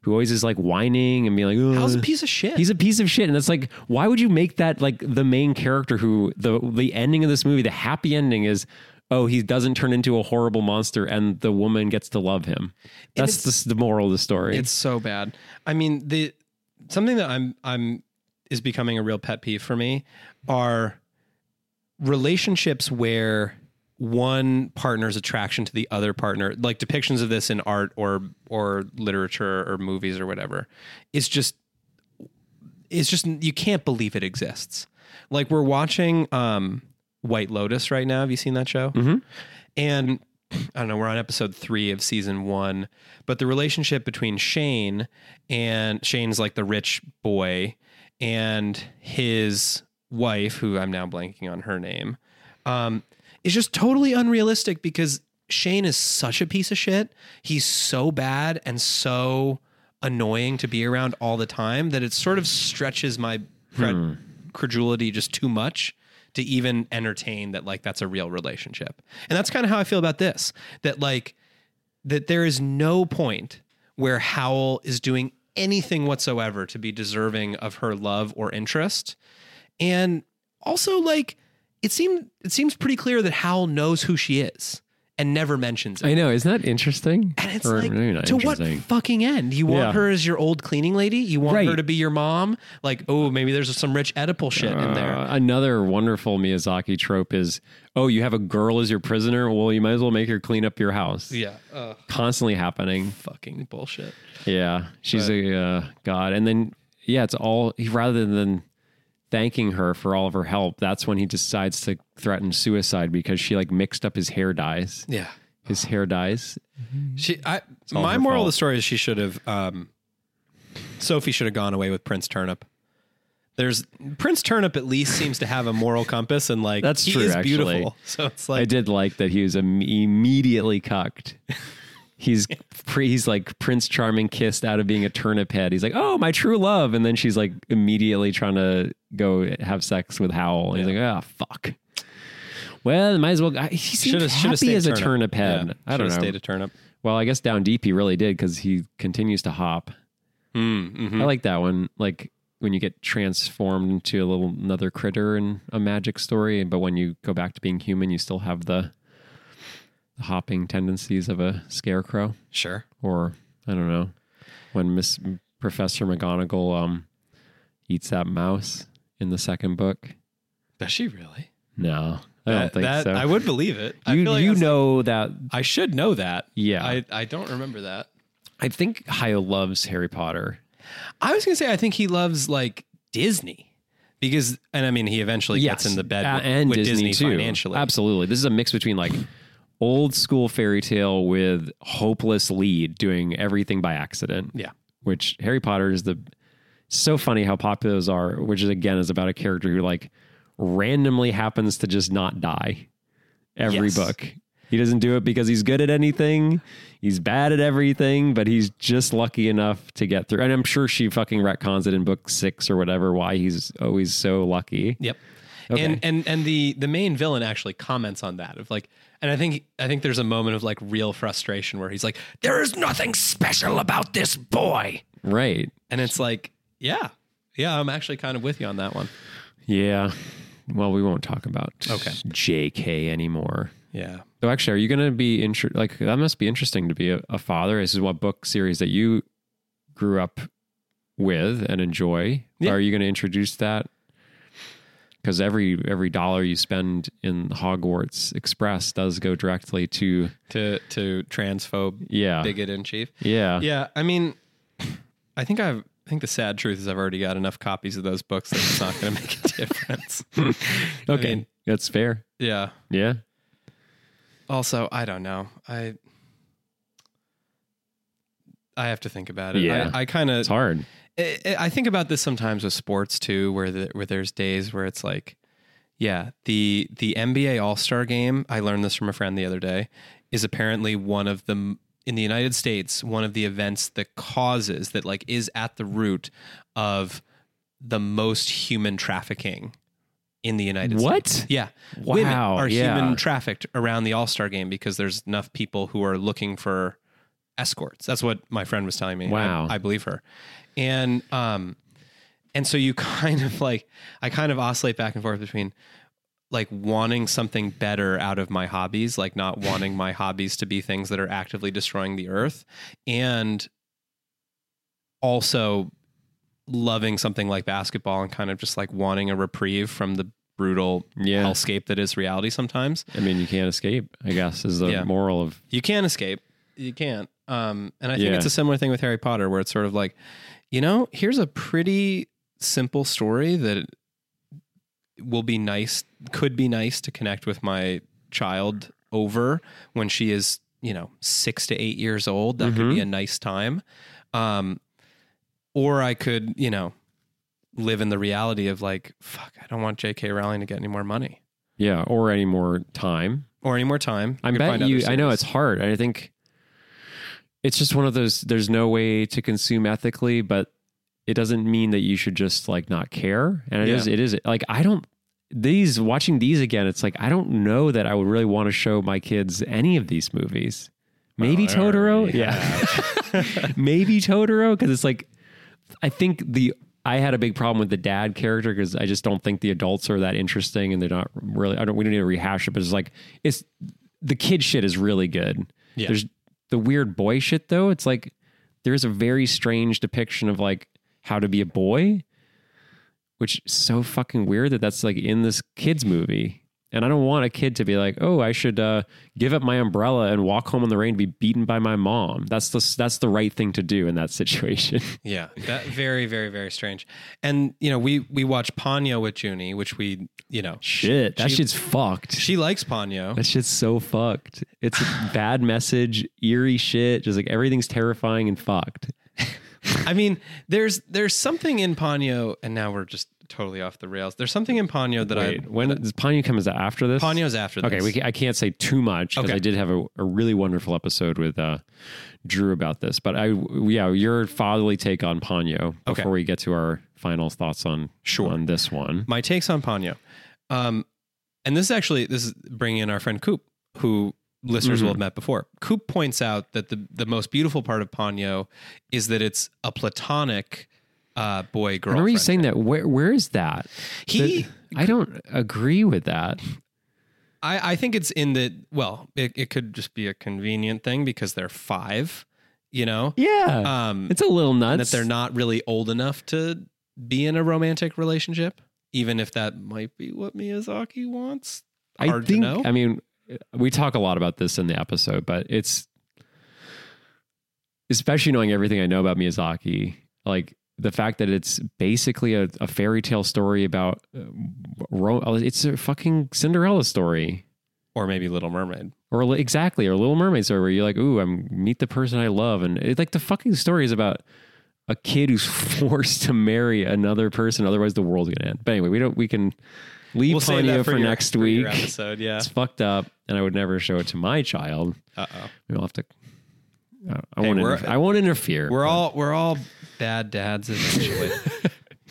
Speaker 1: who always is like whining and being like
Speaker 2: Howl's a
Speaker 1: "Ugh."
Speaker 2: piece of shit.
Speaker 1: He's a piece of shit, and it's like, why would you make that like the main character? Who the the ending of this movie, the happy ending is, oh, he doesn't turn into a horrible monster and the woman gets to love him. That's
Speaker 2: it's-
Speaker 1: the, the moral of the story.
Speaker 2: It's so bad. I mean, the something that I'm I'm is becoming a real pet peeve for me are relationships where one partner's attraction to the other partner, like depictions of this in art or or literature or movies or whatever, is just it's just you can't believe it exists. Like we're watching um White Lotus right now. Have you seen that show?
Speaker 1: Mhm.
Speaker 2: And I don't know, we're on episode three of season one, but the relationship between Shane and Shane's like the rich boy and his wife, who I'm now blanking on her name, um, is just totally unrealistic because Shane is such a piece of shit. He's so bad and so annoying to be around all the time that it sort of stretches my cred- credulity just too much to even entertain that like that's a real relationship. And that's kind of how I feel about this that like that there is no point where Howell is doing anything whatsoever to be deserving of her love or interest. And also like it seemed it seems pretty clear that Howell knows who she is and never mentions it.
Speaker 1: I know. Isn't that interesting?
Speaker 2: And it's
Speaker 1: Or
Speaker 2: like,
Speaker 1: maybe not
Speaker 2: to what
Speaker 1: interesting.
Speaker 2: fucking end? You want
Speaker 1: Yeah.
Speaker 2: her as your old cleaning lady? You want
Speaker 1: Right.
Speaker 2: her to be your mom? Like, oh, maybe there's some rich Oedipal shit in there.
Speaker 1: Uh, another wonderful Miyazaki trope is, oh, you have a girl as your prisoner. Well, you might as well make her clean up your house.
Speaker 2: Yeah. Ugh.
Speaker 1: Constantly happening.
Speaker 2: Fucking bullshit.
Speaker 1: Yeah, she's
Speaker 2: But-
Speaker 1: a uh, god. And then yeah, it's all he- rather than thanking her for all of her help. That's when he decides to threaten suicide because she like mixed up his hair dyes.
Speaker 2: Yeah.
Speaker 1: His hair dyes.
Speaker 2: She I
Speaker 1: all
Speaker 2: my
Speaker 1: her
Speaker 2: moral
Speaker 1: fault.
Speaker 2: of the story is she should have um Sophie should have gone away with Prince Turnip. There's Prince Turnip at least seems to have a moral compass and like
Speaker 1: That's
Speaker 2: he
Speaker 1: true,
Speaker 2: is
Speaker 1: actually.
Speaker 2: beautiful. So it's
Speaker 1: I
Speaker 2: like
Speaker 1: did like that he was im- immediately cucked. He's pre, he's like Prince Charming kissed out of being a turnip head. He's like, oh, my true love, and then she's like immediately trying to go have sex with Howl. He's like, ah, fuck. Well, might as well. I- He seems
Speaker 2: shoulda- shoulda
Speaker 1: happy
Speaker 2: stayed
Speaker 1: as a turnip, head.
Speaker 2: Yeah,
Speaker 1: I don't
Speaker 2: shoulda
Speaker 1: know.
Speaker 2: Stayed a turnip.
Speaker 1: Well, I guess down deep he really did because he continues to hop.
Speaker 2: Mm-hmm.
Speaker 1: I like that one. Like when you get transformed into a little another critter in a magic story, but when you go back to being human, you still have the, the hopping tendencies of a scarecrow.
Speaker 2: Sure.
Speaker 1: Or I don't know when Miss Professor McGonagall um, eats that mouse in the second book.
Speaker 2: Does she really?
Speaker 1: No, I don't think so.
Speaker 2: I would believe it. I
Speaker 1: you
Speaker 2: feel like I
Speaker 1: you
Speaker 2: was like,
Speaker 1: know that
Speaker 2: I should know that.
Speaker 1: yeah. I,
Speaker 2: I, I don't remember that.
Speaker 1: I think Hayo loves Harry Potter.
Speaker 2: I was gonna say I think he loves like Disney because, and I mean he eventually gets in the bed
Speaker 1: uh,
Speaker 2: with,
Speaker 1: and
Speaker 2: with Disney,
Speaker 1: Disney, too.
Speaker 2: financially.
Speaker 1: Absolutely, this is a mix between like old school fairy tale with hopeless lead doing everything by accident.
Speaker 2: Yeah.
Speaker 1: which Harry Potter is the so funny how popular those are. Which is again is about a character who like randomly happens to just not die every
Speaker 2: Yes.
Speaker 1: book. He doesn't do it because he's good at anything. He's bad at everything, but he's just lucky enough to get through. And I'm sure she fucking retcons it in book six or whatever why he's always so lucky.
Speaker 2: Yep.
Speaker 1: Okay.
Speaker 2: And and and the the main villain actually comments on that of like, and I think I think there's a moment of like real frustration where he's like, "There is nothing special about this boy,"
Speaker 1: Right.
Speaker 2: and it's like, yeah, yeah, I'm actually kind of with you on that one.
Speaker 1: Yeah. Well, we won't talk about
Speaker 2: Okay.
Speaker 1: JK anymore.
Speaker 2: Yeah.
Speaker 1: So actually, are you going to be inter- like that? Must be interesting to be a, a father. This is what book series that you grew up with and enjoy.
Speaker 2: Yeah.
Speaker 1: Are you going to introduce that? Because every every dollar you spend in Hogwarts Express does go directly to
Speaker 2: To to transphobe
Speaker 1: yeah
Speaker 2: bigot in chief.
Speaker 1: yeah
Speaker 2: Yeah, I mean, I think I've. I think the sad truth is I've already got enough copies of those books that it's not going to make a difference. I
Speaker 1: okay
Speaker 2: mean,
Speaker 1: that's fair
Speaker 2: yeah.
Speaker 1: yeah
Speaker 2: Also, I don't know. I I have to think about it.
Speaker 1: Yeah.
Speaker 2: I, I kind of
Speaker 1: it's hard
Speaker 2: I I think about this sometimes with sports too, where the, where there's days where it's like, yeah, the the NBA All Star Game. I learned this from a friend the other day. Is apparently one of the in the United States one of the events that causes that like is at the root of the most human trafficking in the United
Speaker 1: What?
Speaker 2: States. Yeah. Women
Speaker 1: Wow,
Speaker 2: are
Speaker 1: yeah.
Speaker 2: human trafficked around the All Star Game because there's enough people who are looking for escorts. That's what my friend was telling me. I-
Speaker 1: Wow.
Speaker 2: I, believe her. And um, and so you kind of like I kind of oscillate back and forth between like wanting something better out of my hobbies, like not wanting my hobbies to be things that are actively destroying the earth, and also loving something like basketball and kind of just like wanting a reprieve from the brutal
Speaker 1: Yeah.
Speaker 2: hellscape that is reality sometimes.
Speaker 1: I mean, you can't escape, I guess, is the
Speaker 2: Yeah.
Speaker 1: moral of
Speaker 2: You can escape. You can't. Um, and I think
Speaker 1: Yeah.
Speaker 2: it's a similar thing with Harry Potter, where it's sort of like, you know, here's a pretty simple story that will be nice, could be nice to connect with my child over when she is, you know, six to eight years old. That could
Speaker 1: Mhm.
Speaker 2: be a nice time. Um, or I could, you know, live in the reality of like, fuck, I don't want J.K. Rowling to get any more money
Speaker 1: yeah, or any more time.
Speaker 2: or any more time.
Speaker 1: I
Speaker 2: could
Speaker 1: bet
Speaker 2: find other
Speaker 1: you. I know
Speaker 2: stories.
Speaker 1: it's hard. I think it's just one of those. There's no way to consume ethically, but it doesn't mean that you should just like not care. And it
Speaker 2: Yeah.
Speaker 1: is. It is like I don't. These watching these again, it's like I don't know that I would really want to show my kids any of these movies. Maybe
Speaker 2: Well, I
Speaker 1: Totoro,
Speaker 2: already
Speaker 1: yeah. Maybe Totoro, because it's like I think the I had a big problem with the dad character because I just don't think the adults are that interesting and they're not really. I don't. We don't need to rehash it, but it's like it's the kid shit is really good.
Speaker 2: Yeah.
Speaker 1: There's the weird boy shit though. It's like there's a very strange depiction of like how to be a boy, which is so fucking weird that that's like in this kids movie. And I don't want a kid to be like, "Oh, I should uh, give up my umbrella and walk home in the rain to be beaten by my mom." That's the that's the right thing to do in that situation.
Speaker 2: Yeah, that very, very, very strange. And you know, we we watch Ponyo with Junie, which we you know
Speaker 1: Shit, that
Speaker 2: She-
Speaker 1: shit's fucked.
Speaker 2: she likes Ponyo.
Speaker 1: that shit's so fucked. It's a bad message, eerie shit. Just like everything's terrifying and fucked.
Speaker 2: I mean, there's there's something in Ponyo, and now we're just totally off the rails. There's something in Ponyo that
Speaker 1: Wait, when does Ponyo comes after this?
Speaker 2: I Ponyo's after. This.
Speaker 1: Okay, we can, I can't say too much because
Speaker 2: Okay.
Speaker 1: I did have a, a really wonderful episode with uh, Drew about this. But I, yeah, your fatherly take on Ponyo
Speaker 2: Okay.
Speaker 1: before we get to our final thoughts on
Speaker 2: Sure.
Speaker 1: on this one.
Speaker 2: my takes on Ponyo. Um, and this is actually this is bringing in our friend Coop, who listeners
Speaker 1: Mm-hmm.
Speaker 2: will have met before. Coop points out that the the most beautiful part of Ponyo is that it's a platonic uh, boy
Speaker 1: I
Speaker 2: girl.
Speaker 1: remember you saying that. Where where is that?
Speaker 2: he.
Speaker 1: That- I don't agree with that.
Speaker 2: I, I think it's in the well, it, it could just be a convenient thing because they're five, you know?
Speaker 1: Yeah,
Speaker 2: Um
Speaker 1: it's a little
Speaker 2: and
Speaker 1: nuts.
Speaker 2: that they're not really old enough to be in a romantic relationship, even if that might be what Miyazaki wants. Hard
Speaker 1: I
Speaker 2: to
Speaker 1: think,
Speaker 2: know.
Speaker 1: I mean, we talk a lot about this in the episode, but it's especially knowing everything I know about Miyazaki, like the fact that it's basically a, a fairy tale story about uh, Ro- oh, it's a fucking Cinderella story.
Speaker 2: Or maybe Little Mermaid.
Speaker 1: Or li- exactly, or Little Mermaid story, where you're like, "Ooh, I'm meet the person I love," and it's like the fucking story is about a kid who's forced to marry another person, otherwise the world's gonna end. But anyway, we don't. We can leave
Speaker 2: We'll save
Speaker 1: Ponyo
Speaker 2: that
Speaker 1: for,
Speaker 2: your-
Speaker 1: next
Speaker 2: for
Speaker 1: week.
Speaker 2: your episode, yeah.
Speaker 1: It's fucked up, and I would never show it to my child.
Speaker 2: Uh oh.
Speaker 1: We'll have to. I- I,
Speaker 2: Hey,
Speaker 1: won't
Speaker 2: we're-
Speaker 1: interfere. I won't interfere.
Speaker 2: We're all we're all bad dads eventually.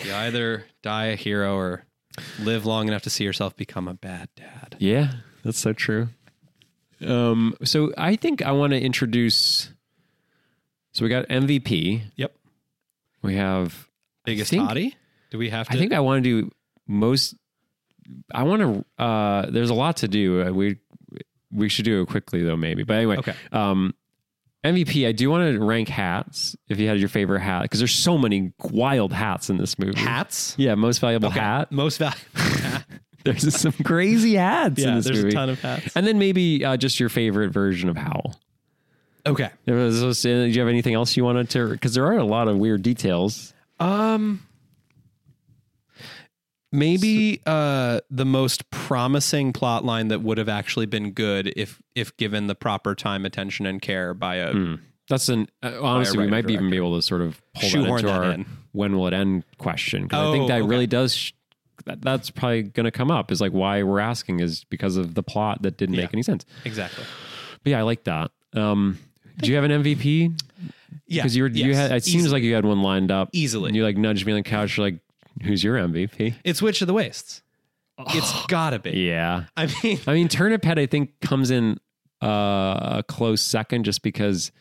Speaker 2: you either die a hero or live long enough to see yourself become a bad dad.
Speaker 1: Yeah, that's so true. Um, so I think I want to introduce. So we got MVP.
Speaker 2: Yep.
Speaker 1: We have.
Speaker 2: Biggest
Speaker 1: think-
Speaker 2: body? Do we have to
Speaker 1: I think I want to do most. I want to. Uh, there's a lot to do. Uh, We we should do it quickly though, maybe. But anyway,
Speaker 2: Okay.
Speaker 1: Um, MVP. I do want to rank hats. If you had your favorite hat, because there's so many wild hats in this
Speaker 2: Mm-hmm.
Speaker 1: movie.
Speaker 2: hats?
Speaker 1: Yeah, most valuable
Speaker 2: Okay.
Speaker 1: hat.
Speaker 2: Most valuable.
Speaker 1: There's some crazy hats in
Speaker 2: yeah,
Speaker 1: this
Speaker 2: there's
Speaker 1: movie.
Speaker 2: a ton of hats.
Speaker 1: And then maybe uh, just your favorite version of Howl.
Speaker 2: Okay.
Speaker 1: There was- was- Do you have anything else you wanted to? Because there are a lot of weird details.
Speaker 2: Um maybe uh the most promising plot line that would have actually been good if if given the proper time, attention and care by a
Speaker 1: That's an uh, honestly, we
Speaker 2: writer,
Speaker 1: might be even be able to sort of pull that
Speaker 2: Shoehorn
Speaker 1: into
Speaker 2: that
Speaker 1: our
Speaker 2: in.
Speaker 1: when will it end question. Because I think
Speaker 2: Oh,
Speaker 1: that
Speaker 2: okay.
Speaker 1: really does. Sh- that, that's probably going to come up. Is like why we're asking is because of the plot that didn't
Speaker 2: Yeah.
Speaker 1: make any sense.
Speaker 2: Exactly.
Speaker 1: But yeah, I like that. Um, do you have an MVP?
Speaker 2: Yeah.
Speaker 1: Because you were, you
Speaker 2: yes,
Speaker 1: had. It seems
Speaker 2: easily.
Speaker 1: like you had one lined up
Speaker 2: Easily.
Speaker 1: And you like nudged me on the couch. You're like, who's your MVP?
Speaker 2: It's Witch of the Wastes. It's gotta be.
Speaker 1: Yeah.
Speaker 2: I mean,
Speaker 1: I mean, Turnip Head, I think, comes in uh, a close second just because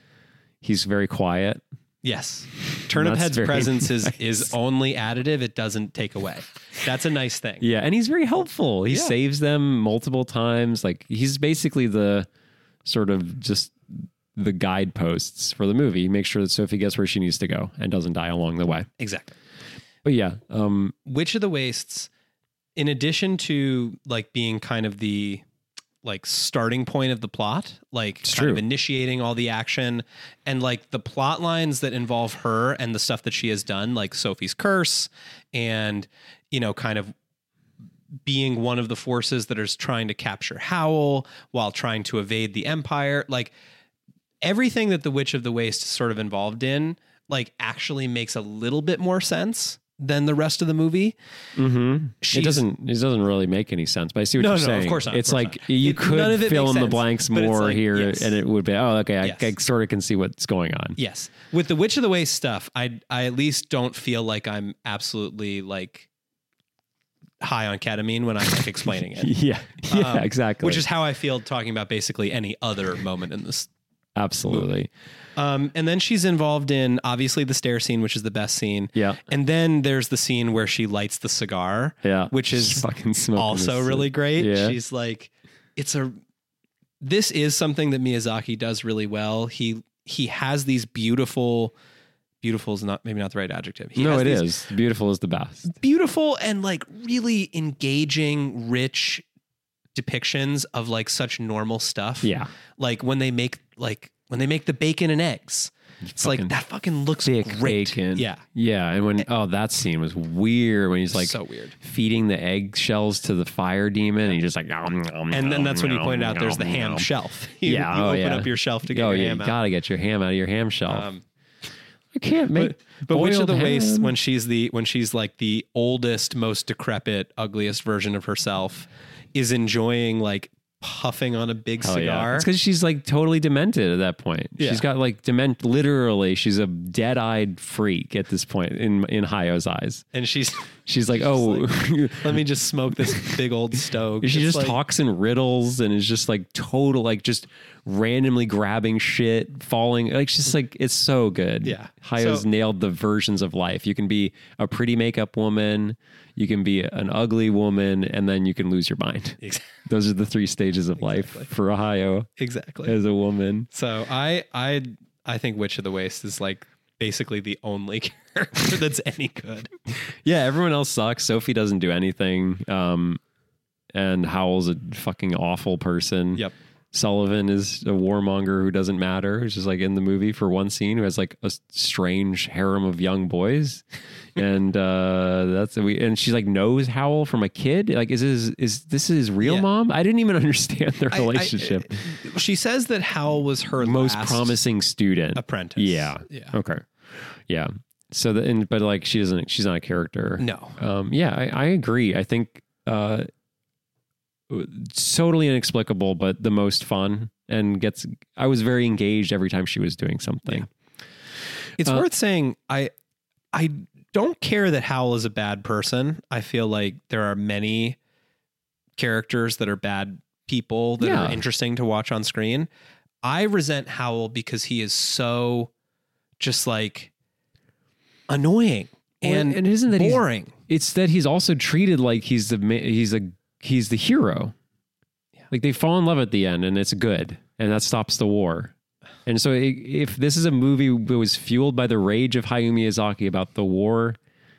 Speaker 1: he's very quiet
Speaker 2: Yes. Turnip
Speaker 1: That's
Speaker 2: Head's
Speaker 1: very
Speaker 2: presence
Speaker 1: nice.
Speaker 2: is is only additive. It doesn't take away. That's a nice thing.
Speaker 1: Yeah, and he's very helpful. He
Speaker 2: Yeah.
Speaker 1: saves them multiple times. Like he's basically the sort of just the guideposts for the movie. He makes sure that Sophie gets where she needs to go and doesn't die along the way.
Speaker 2: Exactly.
Speaker 1: But yeah, um,
Speaker 2: Which of the wastes, in addition to like being kind of the like starting point of the plot, like
Speaker 1: It's
Speaker 2: kind of
Speaker 1: true.
Speaker 2: initiating all the action and like the plot lines that involve her and the stuff that she has done, like Sophie's curse and you know, kind of being one of the forces that is trying to capture Howl while trying to evade the Empire, like everything that the Witch of the Waste is sort of involved in, like actually makes a little bit more sense than the rest of the movie.
Speaker 1: mhm. it
Speaker 2: Mm-hmm. She's-
Speaker 1: doesn't it doesn't really make any sense. But I see what
Speaker 2: No,
Speaker 1: you're
Speaker 2: no, of
Speaker 1: saying.
Speaker 2: course not, of
Speaker 1: It's
Speaker 2: course
Speaker 1: like
Speaker 2: not.
Speaker 1: you
Speaker 2: It- none
Speaker 1: could
Speaker 2: of it
Speaker 1: fill in
Speaker 2: makes
Speaker 1: the
Speaker 2: sense,
Speaker 1: blanks
Speaker 2: but it's
Speaker 1: more
Speaker 2: like,
Speaker 1: here,
Speaker 2: yes.
Speaker 1: and it would be oh okay,
Speaker 2: Yes.
Speaker 1: I, I sort of can see what's going on.
Speaker 2: Yes. With the Witch of the Waste stuff, I I at least don't feel like I'm absolutely like high on ketamine when I'm like explaining it.
Speaker 1: Yeah, yeah,
Speaker 2: Um,
Speaker 1: exactly.
Speaker 2: Which is how I feel talking about basically any other moment in this.
Speaker 1: absolutely
Speaker 2: Um, and then she's involved in obviously the stair scene, which is the best scene.
Speaker 1: yeah,
Speaker 2: And then there's the scene where she lights the cigar,
Speaker 1: yeah.
Speaker 2: which
Speaker 1: She's
Speaker 2: is
Speaker 1: fucking smoking
Speaker 2: also
Speaker 1: this-
Speaker 2: really great.
Speaker 1: Yeah.
Speaker 2: She's like, it's a. This is something that Miyazaki does really well. He he has these beautiful, beautiful is not maybe not the right adjective. He
Speaker 1: no,
Speaker 2: has
Speaker 1: it
Speaker 2: these
Speaker 1: is beautiful is the best.
Speaker 2: beautiful and like really engaging, rich depictions of like such normal stuff.
Speaker 1: Yeah,
Speaker 2: like when they make like when they make the bacon and eggs. It's like
Speaker 1: Fucking
Speaker 2: that fucking looks
Speaker 1: thick
Speaker 2: great.
Speaker 1: bacon.
Speaker 2: Yeah,
Speaker 1: yeah. And when oh, that scene was weird when he's like
Speaker 2: so weird.
Speaker 1: feeding the eggshells to the fire demon, and he's just like, nom, nom,
Speaker 2: And
Speaker 1: nom,
Speaker 2: then that's when you
Speaker 1: nom,
Speaker 2: pointed out there's the
Speaker 1: nom,
Speaker 2: ham
Speaker 1: nom.
Speaker 2: shelf. You,
Speaker 1: Yeah,
Speaker 2: you
Speaker 1: oh,
Speaker 2: open
Speaker 1: yeah.
Speaker 2: up your shelf to get
Speaker 1: oh,
Speaker 2: your
Speaker 1: yeah,
Speaker 2: ham
Speaker 1: you
Speaker 2: out.
Speaker 1: gotta get your ham out of your ham shell.
Speaker 2: Um,
Speaker 1: I can't make.
Speaker 2: but but which of
Speaker 1: boiled
Speaker 2: the wastes
Speaker 1: ham.
Speaker 2: when she's the when she's like the oldest, most decrepit, ugliest version of herself is enjoying like puffing on a big
Speaker 1: Oh, yeah.
Speaker 2: cigar.
Speaker 1: It's because she's like totally demented at that point.
Speaker 2: Yeah.
Speaker 1: She's got like dement. Literally, she's a dead-eyed freak at this point in in Hayo's eyes.
Speaker 2: and she's
Speaker 1: She's like, oh,
Speaker 2: let me just smoke this big old stove.
Speaker 1: She
Speaker 2: It's
Speaker 1: just
Speaker 2: like-
Speaker 1: talks in riddles and is just like total, like just randomly grabbing shit, falling. Like she's just like it's so good.
Speaker 2: Yeah.
Speaker 1: Hayo's
Speaker 2: So-
Speaker 1: nailed the versions of life. You can be a pretty makeup woman, you can be an ugly woman, and then you can lose your mind.
Speaker 2: Ex-
Speaker 1: Those are the three stages of life
Speaker 2: Exactly.
Speaker 1: for Ohio
Speaker 2: exactly.
Speaker 1: as a woman.
Speaker 2: So I I I think Witch of the Waste is like basically the only character that's any good.
Speaker 1: Yeah, everyone else sucks. Sophie doesn't do anything. Um, and Howell's a fucking awful person.
Speaker 2: Yep.
Speaker 1: Sullivan is a warmonger who doesn't matter, who's just like in the movie for one scene, who has like a s- strange harem of young boys, and uh, that's we. And she like knows Howell from a kid. Like, is this is this his real
Speaker 2: Yeah.
Speaker 1: mom? I didn't even understand their
Speaker 2: I- I-
Speaker 1: relationship.
Speaker 2: She says that Hal was her
Speaker 1: Most
Speaker 2: last
Speaker 1: promising student.
Speaker 2: apprentice.
Speaker 1: Yeah.
Speaker 2: Yeah.
Speaker 1: Okay. Yeah. So the and but like she doesn't. She's not a character.
Speaker 2: No.
Speaker 1: Um, yeah, I, I agree. I think uh, totally inexplicable, but the most fun and gets. I was very engaged every time she was doing something.
Speaker 2: It's
Speaker 1: Uh,
Speaker 2: worth saying I I don't care that Howell is a bad person. I feel like there are many characters that are bad people that
Speaker 1: Yeah.
Speaker 2: are interesting to watch on screen. I resent Howell because he is so just like annoying and,
Speaker 1: and, it isn't that he's,
Speaker 2: boring.
Speaker 1: it's that he's also treated like he's the ma- he's a he's the hero. Like they fall in love at the end, and it's good, and that stops the war. And so, i if this is a movie that was fueled by the rage of Hayao Miyazaki about the war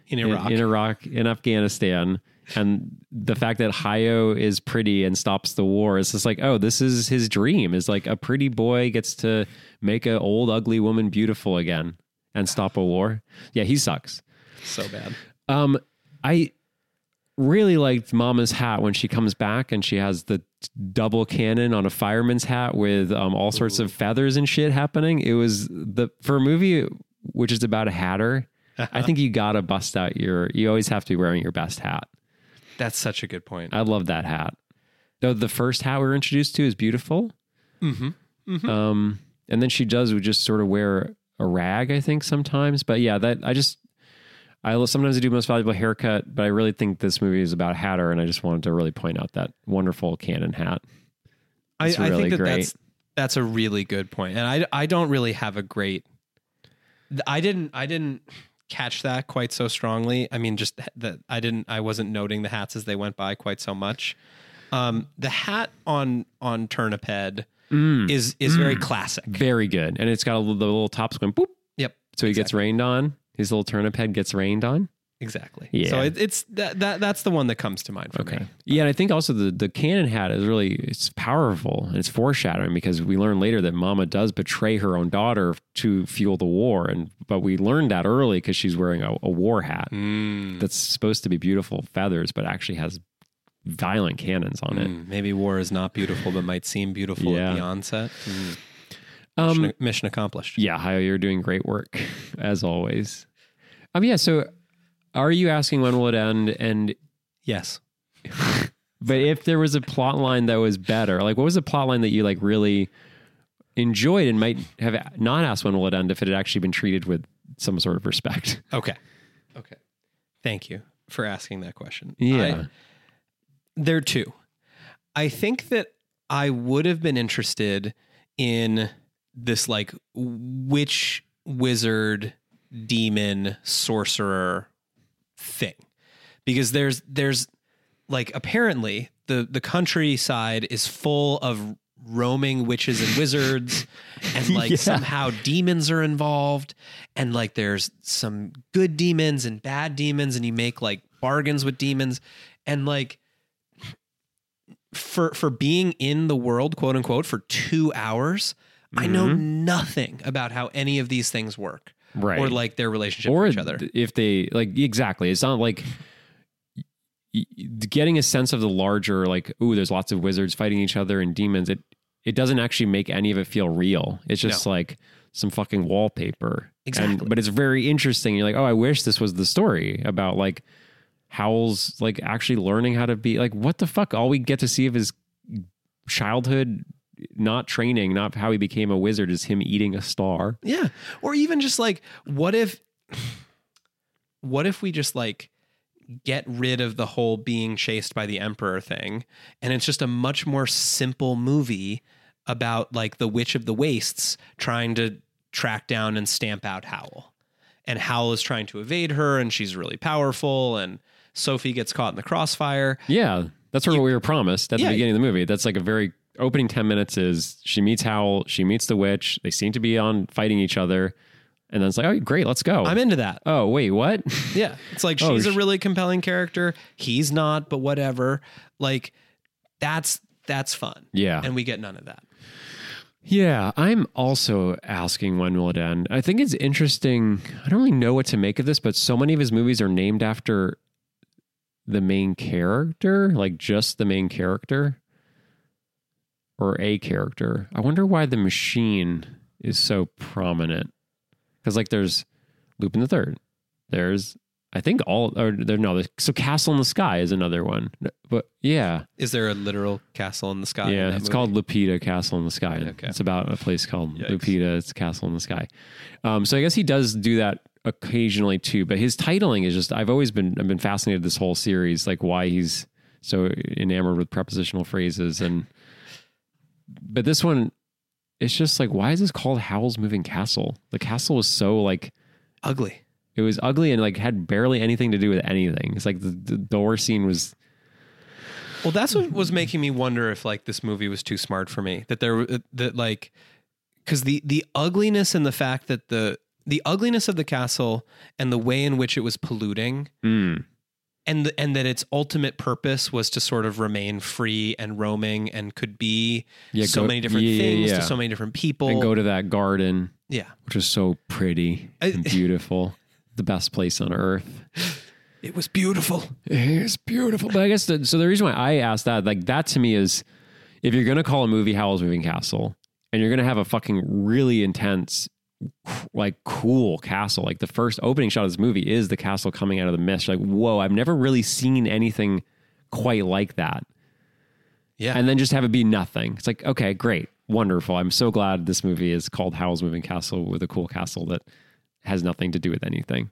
Speaker 2: in
Speaker 1: in-
Speaker 2: Iraq.
Speaker 1: in, Iraq, in Afghanistan, and the fact that Hayo is pretty and stops the war. It's just like, oh, this is his dream. Is like a pretty boy gets to make an old ugly woman beautiful again and stop a war. Yeah, he sucks.
Speaker 2: so bad.
Speaker 1: Um, I really liked Mama's hat when she comes back and she has the double cannon on a fireman's hat with um, all sorts of feathers and shit happening. It was the for a movie which is about a hatter. I think you gotta bust out your. You always have to be wearing your best hat.
Speaker 2: That's such a good point.
Speaker 1: I love that hat. Though the first hat we were introduced to is beautiful.
Speaker 2: Mm-hmm.
Speaker 1: Um, and then she does would just sort of wear a rag, I think, sometimes. But yeah, that I just I lo- sometimes I do most valuable haircut, but I really think this movie is about Hatter, and I just wanted to really point out that wonderful canon hat.
Speaker 2: I,
Speaker 1: It's
Speaker 2: I
Speaker 1: really
Speaker 2: think that
Speaker 1: great.
Speaker 2: that's that's a really good point, and I I don't really have a great th- I didn't I didn't catch that quite so strongly. I mean, just th- that I didn't I wasn't noting the hats as they went by quite so much. Um, the hat on on Turniped
Speaker 1: Mm,
Speaker 2: is is very classic.
Speaker 1: very good. And it's got a little, the little top's going boop.
Speaker 2: Yep,
Speaker 1: So he gets rained on. His little turnip head gets rained on.
Speaker 2: exactly.
Speaker 1: Yeah.
Speaker 2: So it, it's that, that that's the one that comes to mind for me.
Speaker 1: Yeah, and I think also the the cannon hat is really it's powerful and it's foreshadowing because we learn later that Mama does betray her own daughter to fuel the war, and but we learned that early because she's wearing a, a war hat
Speaker 2: Mm.
Speaker 1: that's supposed to be beautiful feathers, but actually has violent cannons on it.
Speaker 2: Mm, maybe war is not beautiful, but might seem beautiful
Speaker 1: Yeah.
Speaker 2: at the onset. Mm.
Speaker 1: Um,
Speaker 2: mission, mission accomplished.
Speaker 1: yeah, Hayo, you're doing great work as always. Um, yeah. So, are you asking when will it end? And
Speaker 2: Yes.
Speaker 1: But if there was a plot line that was better, like what was the plot line that you like really enjoyed and might have not asked when will it end if it had actually been treated with some sort of respect?
Speaker 2: Okay. Okay. Thank you for asking that question.
Speaker 1: Yeah.
Speaker 2: I- there are two. I think that I would have been interested in this like witch wizard demon sorcerer thing. Because there's there's like apparently the the countryside is full of roaming witches and wizards and like
Speaker 1: Yeah.
Speaker 2: somehow demons are involved and like there's some good demons and bad demons and you make like bargains with demons and like for for being in the world quote unquote for 2 hours I know nothing about how any of these things work
Speaker 1: Mm-hmm. right.
Speaker 2: or like their relationship
Speaker 1: or
Speaker 2: with each other.
Speaker 1: th- if they like exactly, it's not like y- y- getting a sense of the larger like ooh, there's lots of wizards fighting each other and demons. It it doesn't actually make any of it feel real. It's just like some fucking wallpaper.
Speaker 2: Exactly.
Speaker 1: And, but it's very interesting. You're like, oh, I wish this was the story about like Howell's like actually learning how to be like what the fuck? All we get to see of his childhood, not training, not how he became a wizard, is him eating a star.
Speaker 2: Yeah. Or even just like, what if, what if we just like get rid of the whole being chased by the emperor thing and it's just a much more simple movie about like the Witch of the Wastes trying to track down and stamp out Howl. And Howl is trying to evade her and she's really powerful and Sophie gets caught in the crossfire.
Speaker 1: Yeah, that's sort of what we were promised at
Speaker 2: Yeah.
Speaker 1: the beginning of the movie. That's like a very opening ten minutes is she meets Howl, she meets the witch. They seem to be on fighting each other, and then it's like, oh, great, let's go.
Speaker 2: I'm into that.
Speaker 1: oh wait, what?
Speaker 2: Yeah. It's like
Speaker 1: Oh,
Speaker 2: she's a
Speaker 1: sh-
Speaker 2: really compelling character. He's not, but whatever. Like that's that's fun.
Speaker 1: yeah,
Speaker 2: And we get none of that.
Speaker 1: yeah. I'm also asking when will it end. I think it's interesting. I don't really know what to make of this, but so many of his movies are named after the main character, like just the main character or a character. I wonder why the machine is so prominent. Because like there's Lupin the Third. There's I think all or there no there's, so Castle in the Sky is another one. But yeah,
Speaker 2: Is there a literal castle in the sky? in
Speaker 1: yeah,
Speaker 2: that
Speaker 1: it's
Speaker 2: movie?
Speaker 1: called Lupita Castle in the Sky.
Speaker 2: Okay.
Speaker 1: It's about a place called
Speaker 2: Yikes.
Speaker 1: Lupita. It's Castle in the Sky. Um, so I guess he does do that occasionally too. But his titling is just I've always been I've been fascinated with this whole series, like why he's so enamored with prepositional phrases and but this one it's just like why is this called Howl's Moving Castle? The castle was so like
Speaker 2: ugly.
Speaker 1: it was ugly and like had barely anything to do with anything. It's like the, the door scene was
Speaker 2: Well, that's what was making me wonder if like this movie was too smart for me. That there uh, that like because the the ugliness and the fact that the the ugliness of the castle and the way in which it was polluting
Speaker 1: mm,
Speaker 2: and th- and that its ultimate purpose was to sort of remain free and roaming and could be
Speaker 1: Yeah,
Speaker 2: so
Speaker 1: go-
Speaker 2: many different
Speaker 1: yeah, yeah,
Speaker 2: things
Speaker 1: yeah.
Speaker 2: to so many different people.
Speaker 1: and go to that garden.
Speaker 2: yeah,
Speaker 1: which was so pretty
Speaker 2: I-
Speaker 1: and beautiful. the best place on earth.
Speaker 2: it was beautiful.
Speaker 1: It's beautiful. But I guess the, so. The reason why I asked that, like that, to me is if you're gonna call a movie Howl's Moving Castle, and you're gonna have a fucking really intense, like cool castle. Like the first opening shot of this movie is the castle coming out of the mist. You're like, whoa! I've never really seen anything quite like that.
Speaker 2: Yeah,
Speaker 1: And then just have it be nothing. It's like, okay, great, wonderful. I'm so glad this movie is called Howl's Moving Castle with a cool castle that has nothing to do with anything.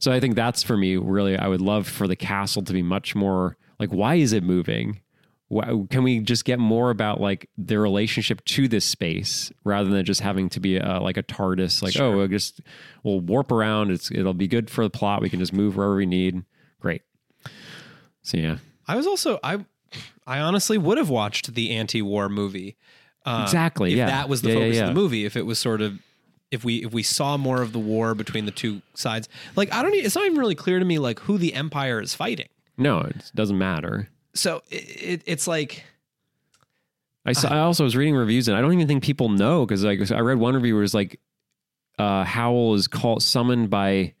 Speaker 1: So I think that's for me really I would love for the castle to be much more like why is it moving? wha- can we just get more about like their relationship to this space rather than just having to be uh like a TARDIS? Like, oh, we'll just we'll warp around. It's it'll be good for the plot. We can just move wherever we need. Great. So yeah,
Speaker 2: I was also I I honestly would have watched the anti-war movie. Uh,
Speaker 1: Exactly,
Speaker 2: If
Speaker 1: yeah.
Speaker 2: that was the
Speaker 1: Yeah, yeah,
Speaker 2: focus
Speaker 1: yeah.
Speaker 2: of the movie, if it was sort of if we if we saw more of the war between the two sides. Like I don't e- it's not even really clear to me like who the empire is fighting.
Speaker 1: no, it doesn't matter.
Speaker 2: So it, it, it's like
Speaker 1: I saw, I also was reading reviews and I don't even think people know because like I read one review where it was like uh, Howell is called summoned by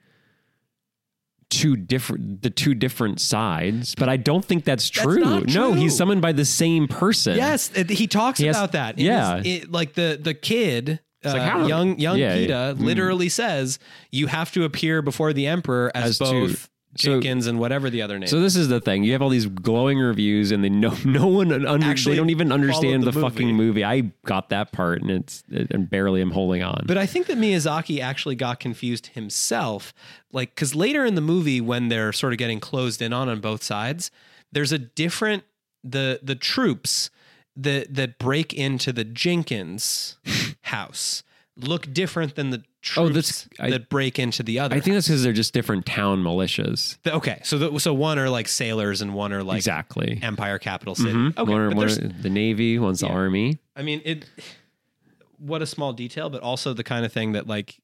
Speaker 1: two different the two different sides, but I don't think that's true.
Speaker 2: not
Speaker 1: No,
Speaker 2: true.
Speaker 1: he's summoned by the same person.
Speaker 2: yes, it- he talks
Speaker 1: Yes,
Speaker 2: about that. in his-
Speaker 1: yeah.
Speaker 2: it- like the the kid
Speaker 1: like,
Speaker 2: uh,
Speaker 1: how-
Speaker 2: young young
Speaker 1: Yeah,
Speaker 2: Peta
Speaker 1: yeah. Mm.
Speaker 2: literally says you have to appear before the emperor as,
Speaker 1: As two.
Speaker 2: both
Speaker 1: So-
Speaker 2: Jenkins and whatever the other name.
Speaker 1: So this is the thing. You have all these glowing reviews, and they no no one under,
Speaker 2: Actually
Speaker 1: they don't even understand
Speaker 2: followed
Speaker 1: the,
Speaker 2: the
Speaker 1: fucking movie. I got that part, and it's and barely am holding on.
Speaker 2: But I think that Miyazaki actually got confused himself. Like, because later in the movie, when they're sort of getting closed in on on both sides, there's a different the the troops that that break into the Jenkins house look different than the troops
Speaker 1: that's- Oh, I-
Speaker 2: that break into the other.
Speaker 1: I think that's because they're just different town militias.
Speaker 2: The- okay, so the, so one are like sailors and one are like
Speaker 1: exactly.
Speaker 2: Empire Capital City.
Speaker 1: Mhm.
Speaker 2: Okay,
Speaker 1: One are-
Speaker 2: but
Speaker 1: one
Speaker 2: there's-
Speaker 1: are the navy, one's the
Speaker 2: Yeah.
Speaker 1: army.
Speaker 2: I mean it. What a small detail, but also the kind of thing that like.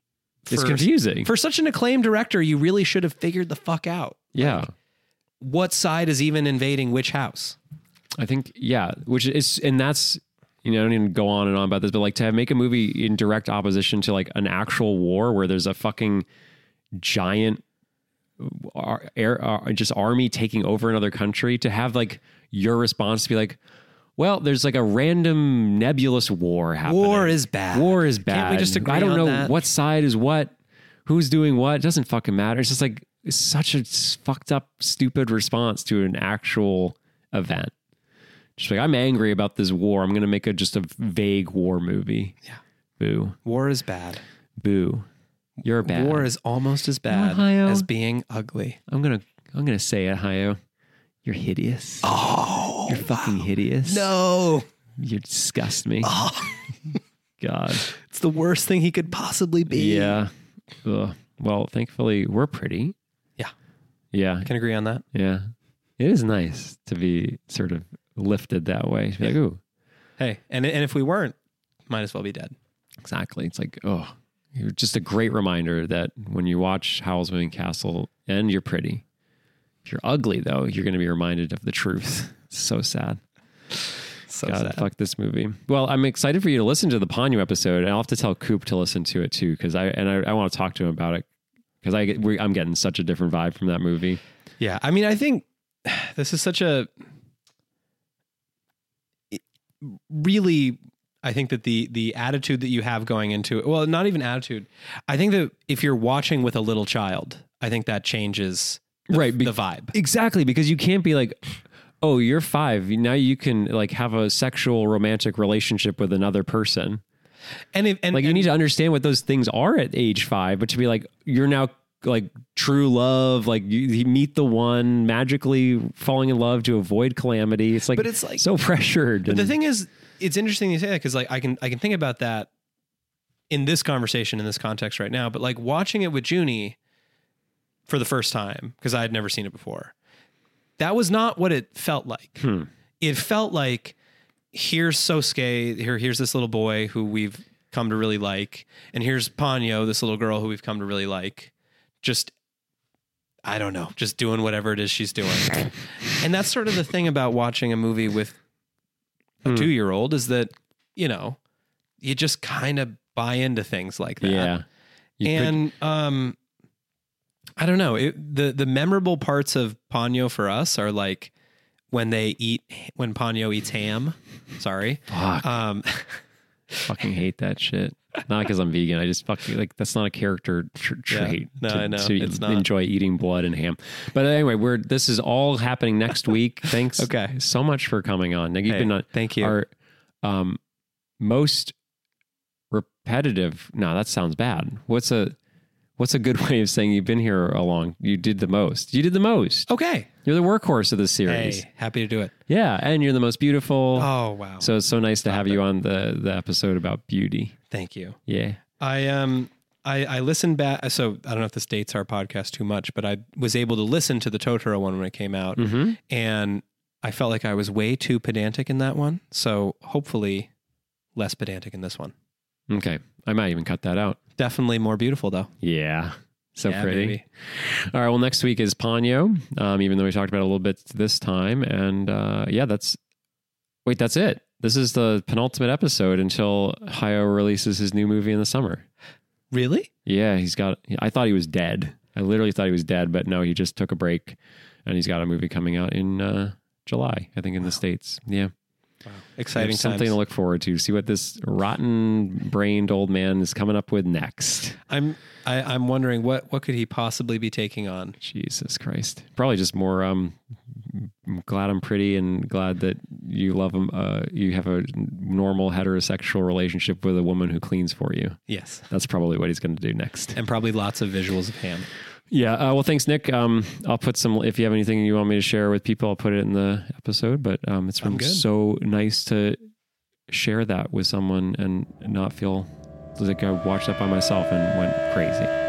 Speaker 1: it's
Speaker 2: for-
Speaker 1: confusing.
Speaker 2: for such an acclaimed director, you really should have figured the fuck out
Speaker 1: yeah.
Speaker 2: what side is even invading which house.
Speaker 1: I think yeah, which is and that's you know, I don't even go on and on about this, but like to have, make a movie in direct opposition to like an actual war where there's a fucking giant ar- air ar- just army taking over another country to have like your response to be like well, there's like a random nebulous war happening.
Speaker 2: War is bad.
Speaker 1: War is bad.
Speaker 2: Uh, Can't we just agree
Speaker 1: I don't
Speaker 2: on
Speaker 1: know
Speaker 2: that?
Speaker 1: what side is what, who's doing what. It doesn't fucking matter. It's just like it's such a s- fucked up, stupid response to an actual event. Just like I'm angry about this war. I'm gonna make a just a vague war movie. Yeah. Boo.
Speaker 2: War is bad.
Speaker 1: Boo. You're bad.
Speaker 2: War is almost as bad
Speaker 1: Ohio.
Speaker 2: as being ugly.
Speaker 1: I'm gonna I'm gonna say it, Hayo. You're hideous. Oh. You're fucking hideous.
Speaker 2: No, Oh.
Speaker 1: You disgust me. God.
Speaker 2: it's the worst thing he could possibly be.
Speaker 1: Yeah. Ugh. Well, thankfully we're pretty.
Speaker 2: Yeah.
Speaker 1: Yeah.
Speaker 2: Can agree on that.
Speaker 1: Yeah. It is nice to be sort of lifted that way. To be like, ooh,
Speaker 2: Hey, and and if we weren't, might as well be dead.
Speaker 1: exactly. It's like, oh, you're just a great reminder that when you watch Howl's Moving Castle and you're pretty, if you're ugly though, you're going to be reminded of the truth. It's so sad.
Speaker 2: So
Speaker 1: God,
Speaker 2: sad.
Speaker 1: fuck this movie. Well, I'm excited for you to listen to the Ponyo episode, and I'll have to tell Coop to listen to it too, because I and I, I want to talk to him about it because I get, we, I'm getting such a different vibe from that movie.
Speaker 2: Yeah, I mean, I think this is such a it- really. I think that the the attitude that you have going into it, well, not even attitude. I think that if you're watching with a little child, I think that changes the,
Speaker 1: Right, be-
Speaker 2: the vibe.
Speaker 1: Exactly, because you can't be like, oh, you're five. Now you can like have a sexual romantic relationship with another person.
Speaker 2: And if and
Speaker 1: Like you
Speaker 2: and-
Speaker 1: need to understand what those things are at age five, but to be like, you're now like true love, like you, you meet the one, magically falling in love to avoid calamity. It's like,
Speaker 2: But it's like-
Speaker 1: so pressured.
Speaker 2: But the
Speaker 1: and-
Speaker 2: thing is, it's interesting you say that because like I can I can think about that in this conversation in this context right now. But like watching it with Junie for the first time because I had never seen it before, that was not what it felt like.
Speaker 1: Hmm.
Speaker 2: It felt like here's Sosuke here here's this little boy who we've come to really like, and here's Ponyo this little girl who we've come to really like, just. I don't know, just doing whatever it is she's doing. and that's sort of the thing about watching a movie with a
Speaker 1: Hmm.
Speaker 2: two year old is that, you know, you just kind of buy into things like that.
Speaker 1: Yeah. You could-
Speaker 2: and um I don't know. It, the the memorable parts of Ponyo for us are like when they eat when Ponyo eats ham. Sorry.
Speaker 1: fuck,
Speaker 2: Um
Speaker 1: fucking hate that shit. Not because I'm vegan. I just fucking like that's not a character tr-
Speaker 2: Yeah.
Speaker 1: trait.
Speaker 2: No,
Speaker 1: to,
Speaker 2: I know.
Speaker 1: to
Speaker 2: It's not.
Speaker 1: enjoy eating blood and ham. But anyway, we're this is all happening next week. Thanks,
Speaker 2: Okay.
Speaker 1: so much for coming on. Nick, you've
Speaker 2: Hey,
Speaker 1: been on
Speaker 2: thank you.
Speaker 1: our um, most repetitive. No, that sounds bad. What's a what's a good way of saying you've been here a long? You did the most. You did the most.
Speaker 2: okay.
Speaker 1: You're the workhorse of this series.
Speaker 2: Hey, happy to do it.
Speaker 1: Yeah, and you're the most beautiful.
Speaker 2: Oh wow.
Speaker 1: So it's so nice to have you on the the episode about beauty.
Speaker 2: Thank you.
Speaker 1: Yeah.
Speaker 2: I um I, I listened back so I don't know if this dates our podcast too much, but I was able to listen to the Totoro one when it came out
Speaker 1: Mm-hmm.
Speaker 2: and I felt like I was way too pedantic in that one. So hopefully less pedantic in this one.
Speaker 1: Okay. I might even cut that out.
Speaker 2: Definitely more beautiful though.
Speaker 1: Yeah. So
Speaker 2: Yeah,
Speaker 1: pretty.
Speaker 2: baby.
Speaker 1: All right. Well, next week is Ponyo, um, even though we talked about it a little bit this time. And uh, yeah, that's. Wait, that's it. This is the penultimate episode until Hayao releases his new movie in the summer.
Speaker 2: Really?
Speaker 1: Yeah, he's got. I thought he was dead. I literally thought he was dead, but no, he just took a break, and he's got a movie coming out in uh, July, I think, in the states. Yeah,
Speaker 2: Exciting
Speaker 1: There's something
Speaker 2: times.
Speaker 1: to look forward to. See what this rotten-brained old man is coming up with next.
Speaker 2: I'm I, I'm wondering what what could he possibly be taking on?
Speaker 1: Jesus Christ. Probably just more um I'm glad I'm pretty and glad that you love him uh you have a normal heterosexual relationship with a woman who cleans for you.
Speaker 2: Yes.
Speaker 1: That's probably what he's going to do next.
Speaker 2: And probably lots of visuals of him.
Speaker 1: Yeah, uh, well thanks Nick. Um I'll put some if you have anything you want me to share with people, I'll put it in the episode, but um it's
Speaker 2: I'm
Speaker 1: been
Speaker 2: good.
Speaker 1: so nice to share that with someone and not feel like I watched that by myself and went crazy.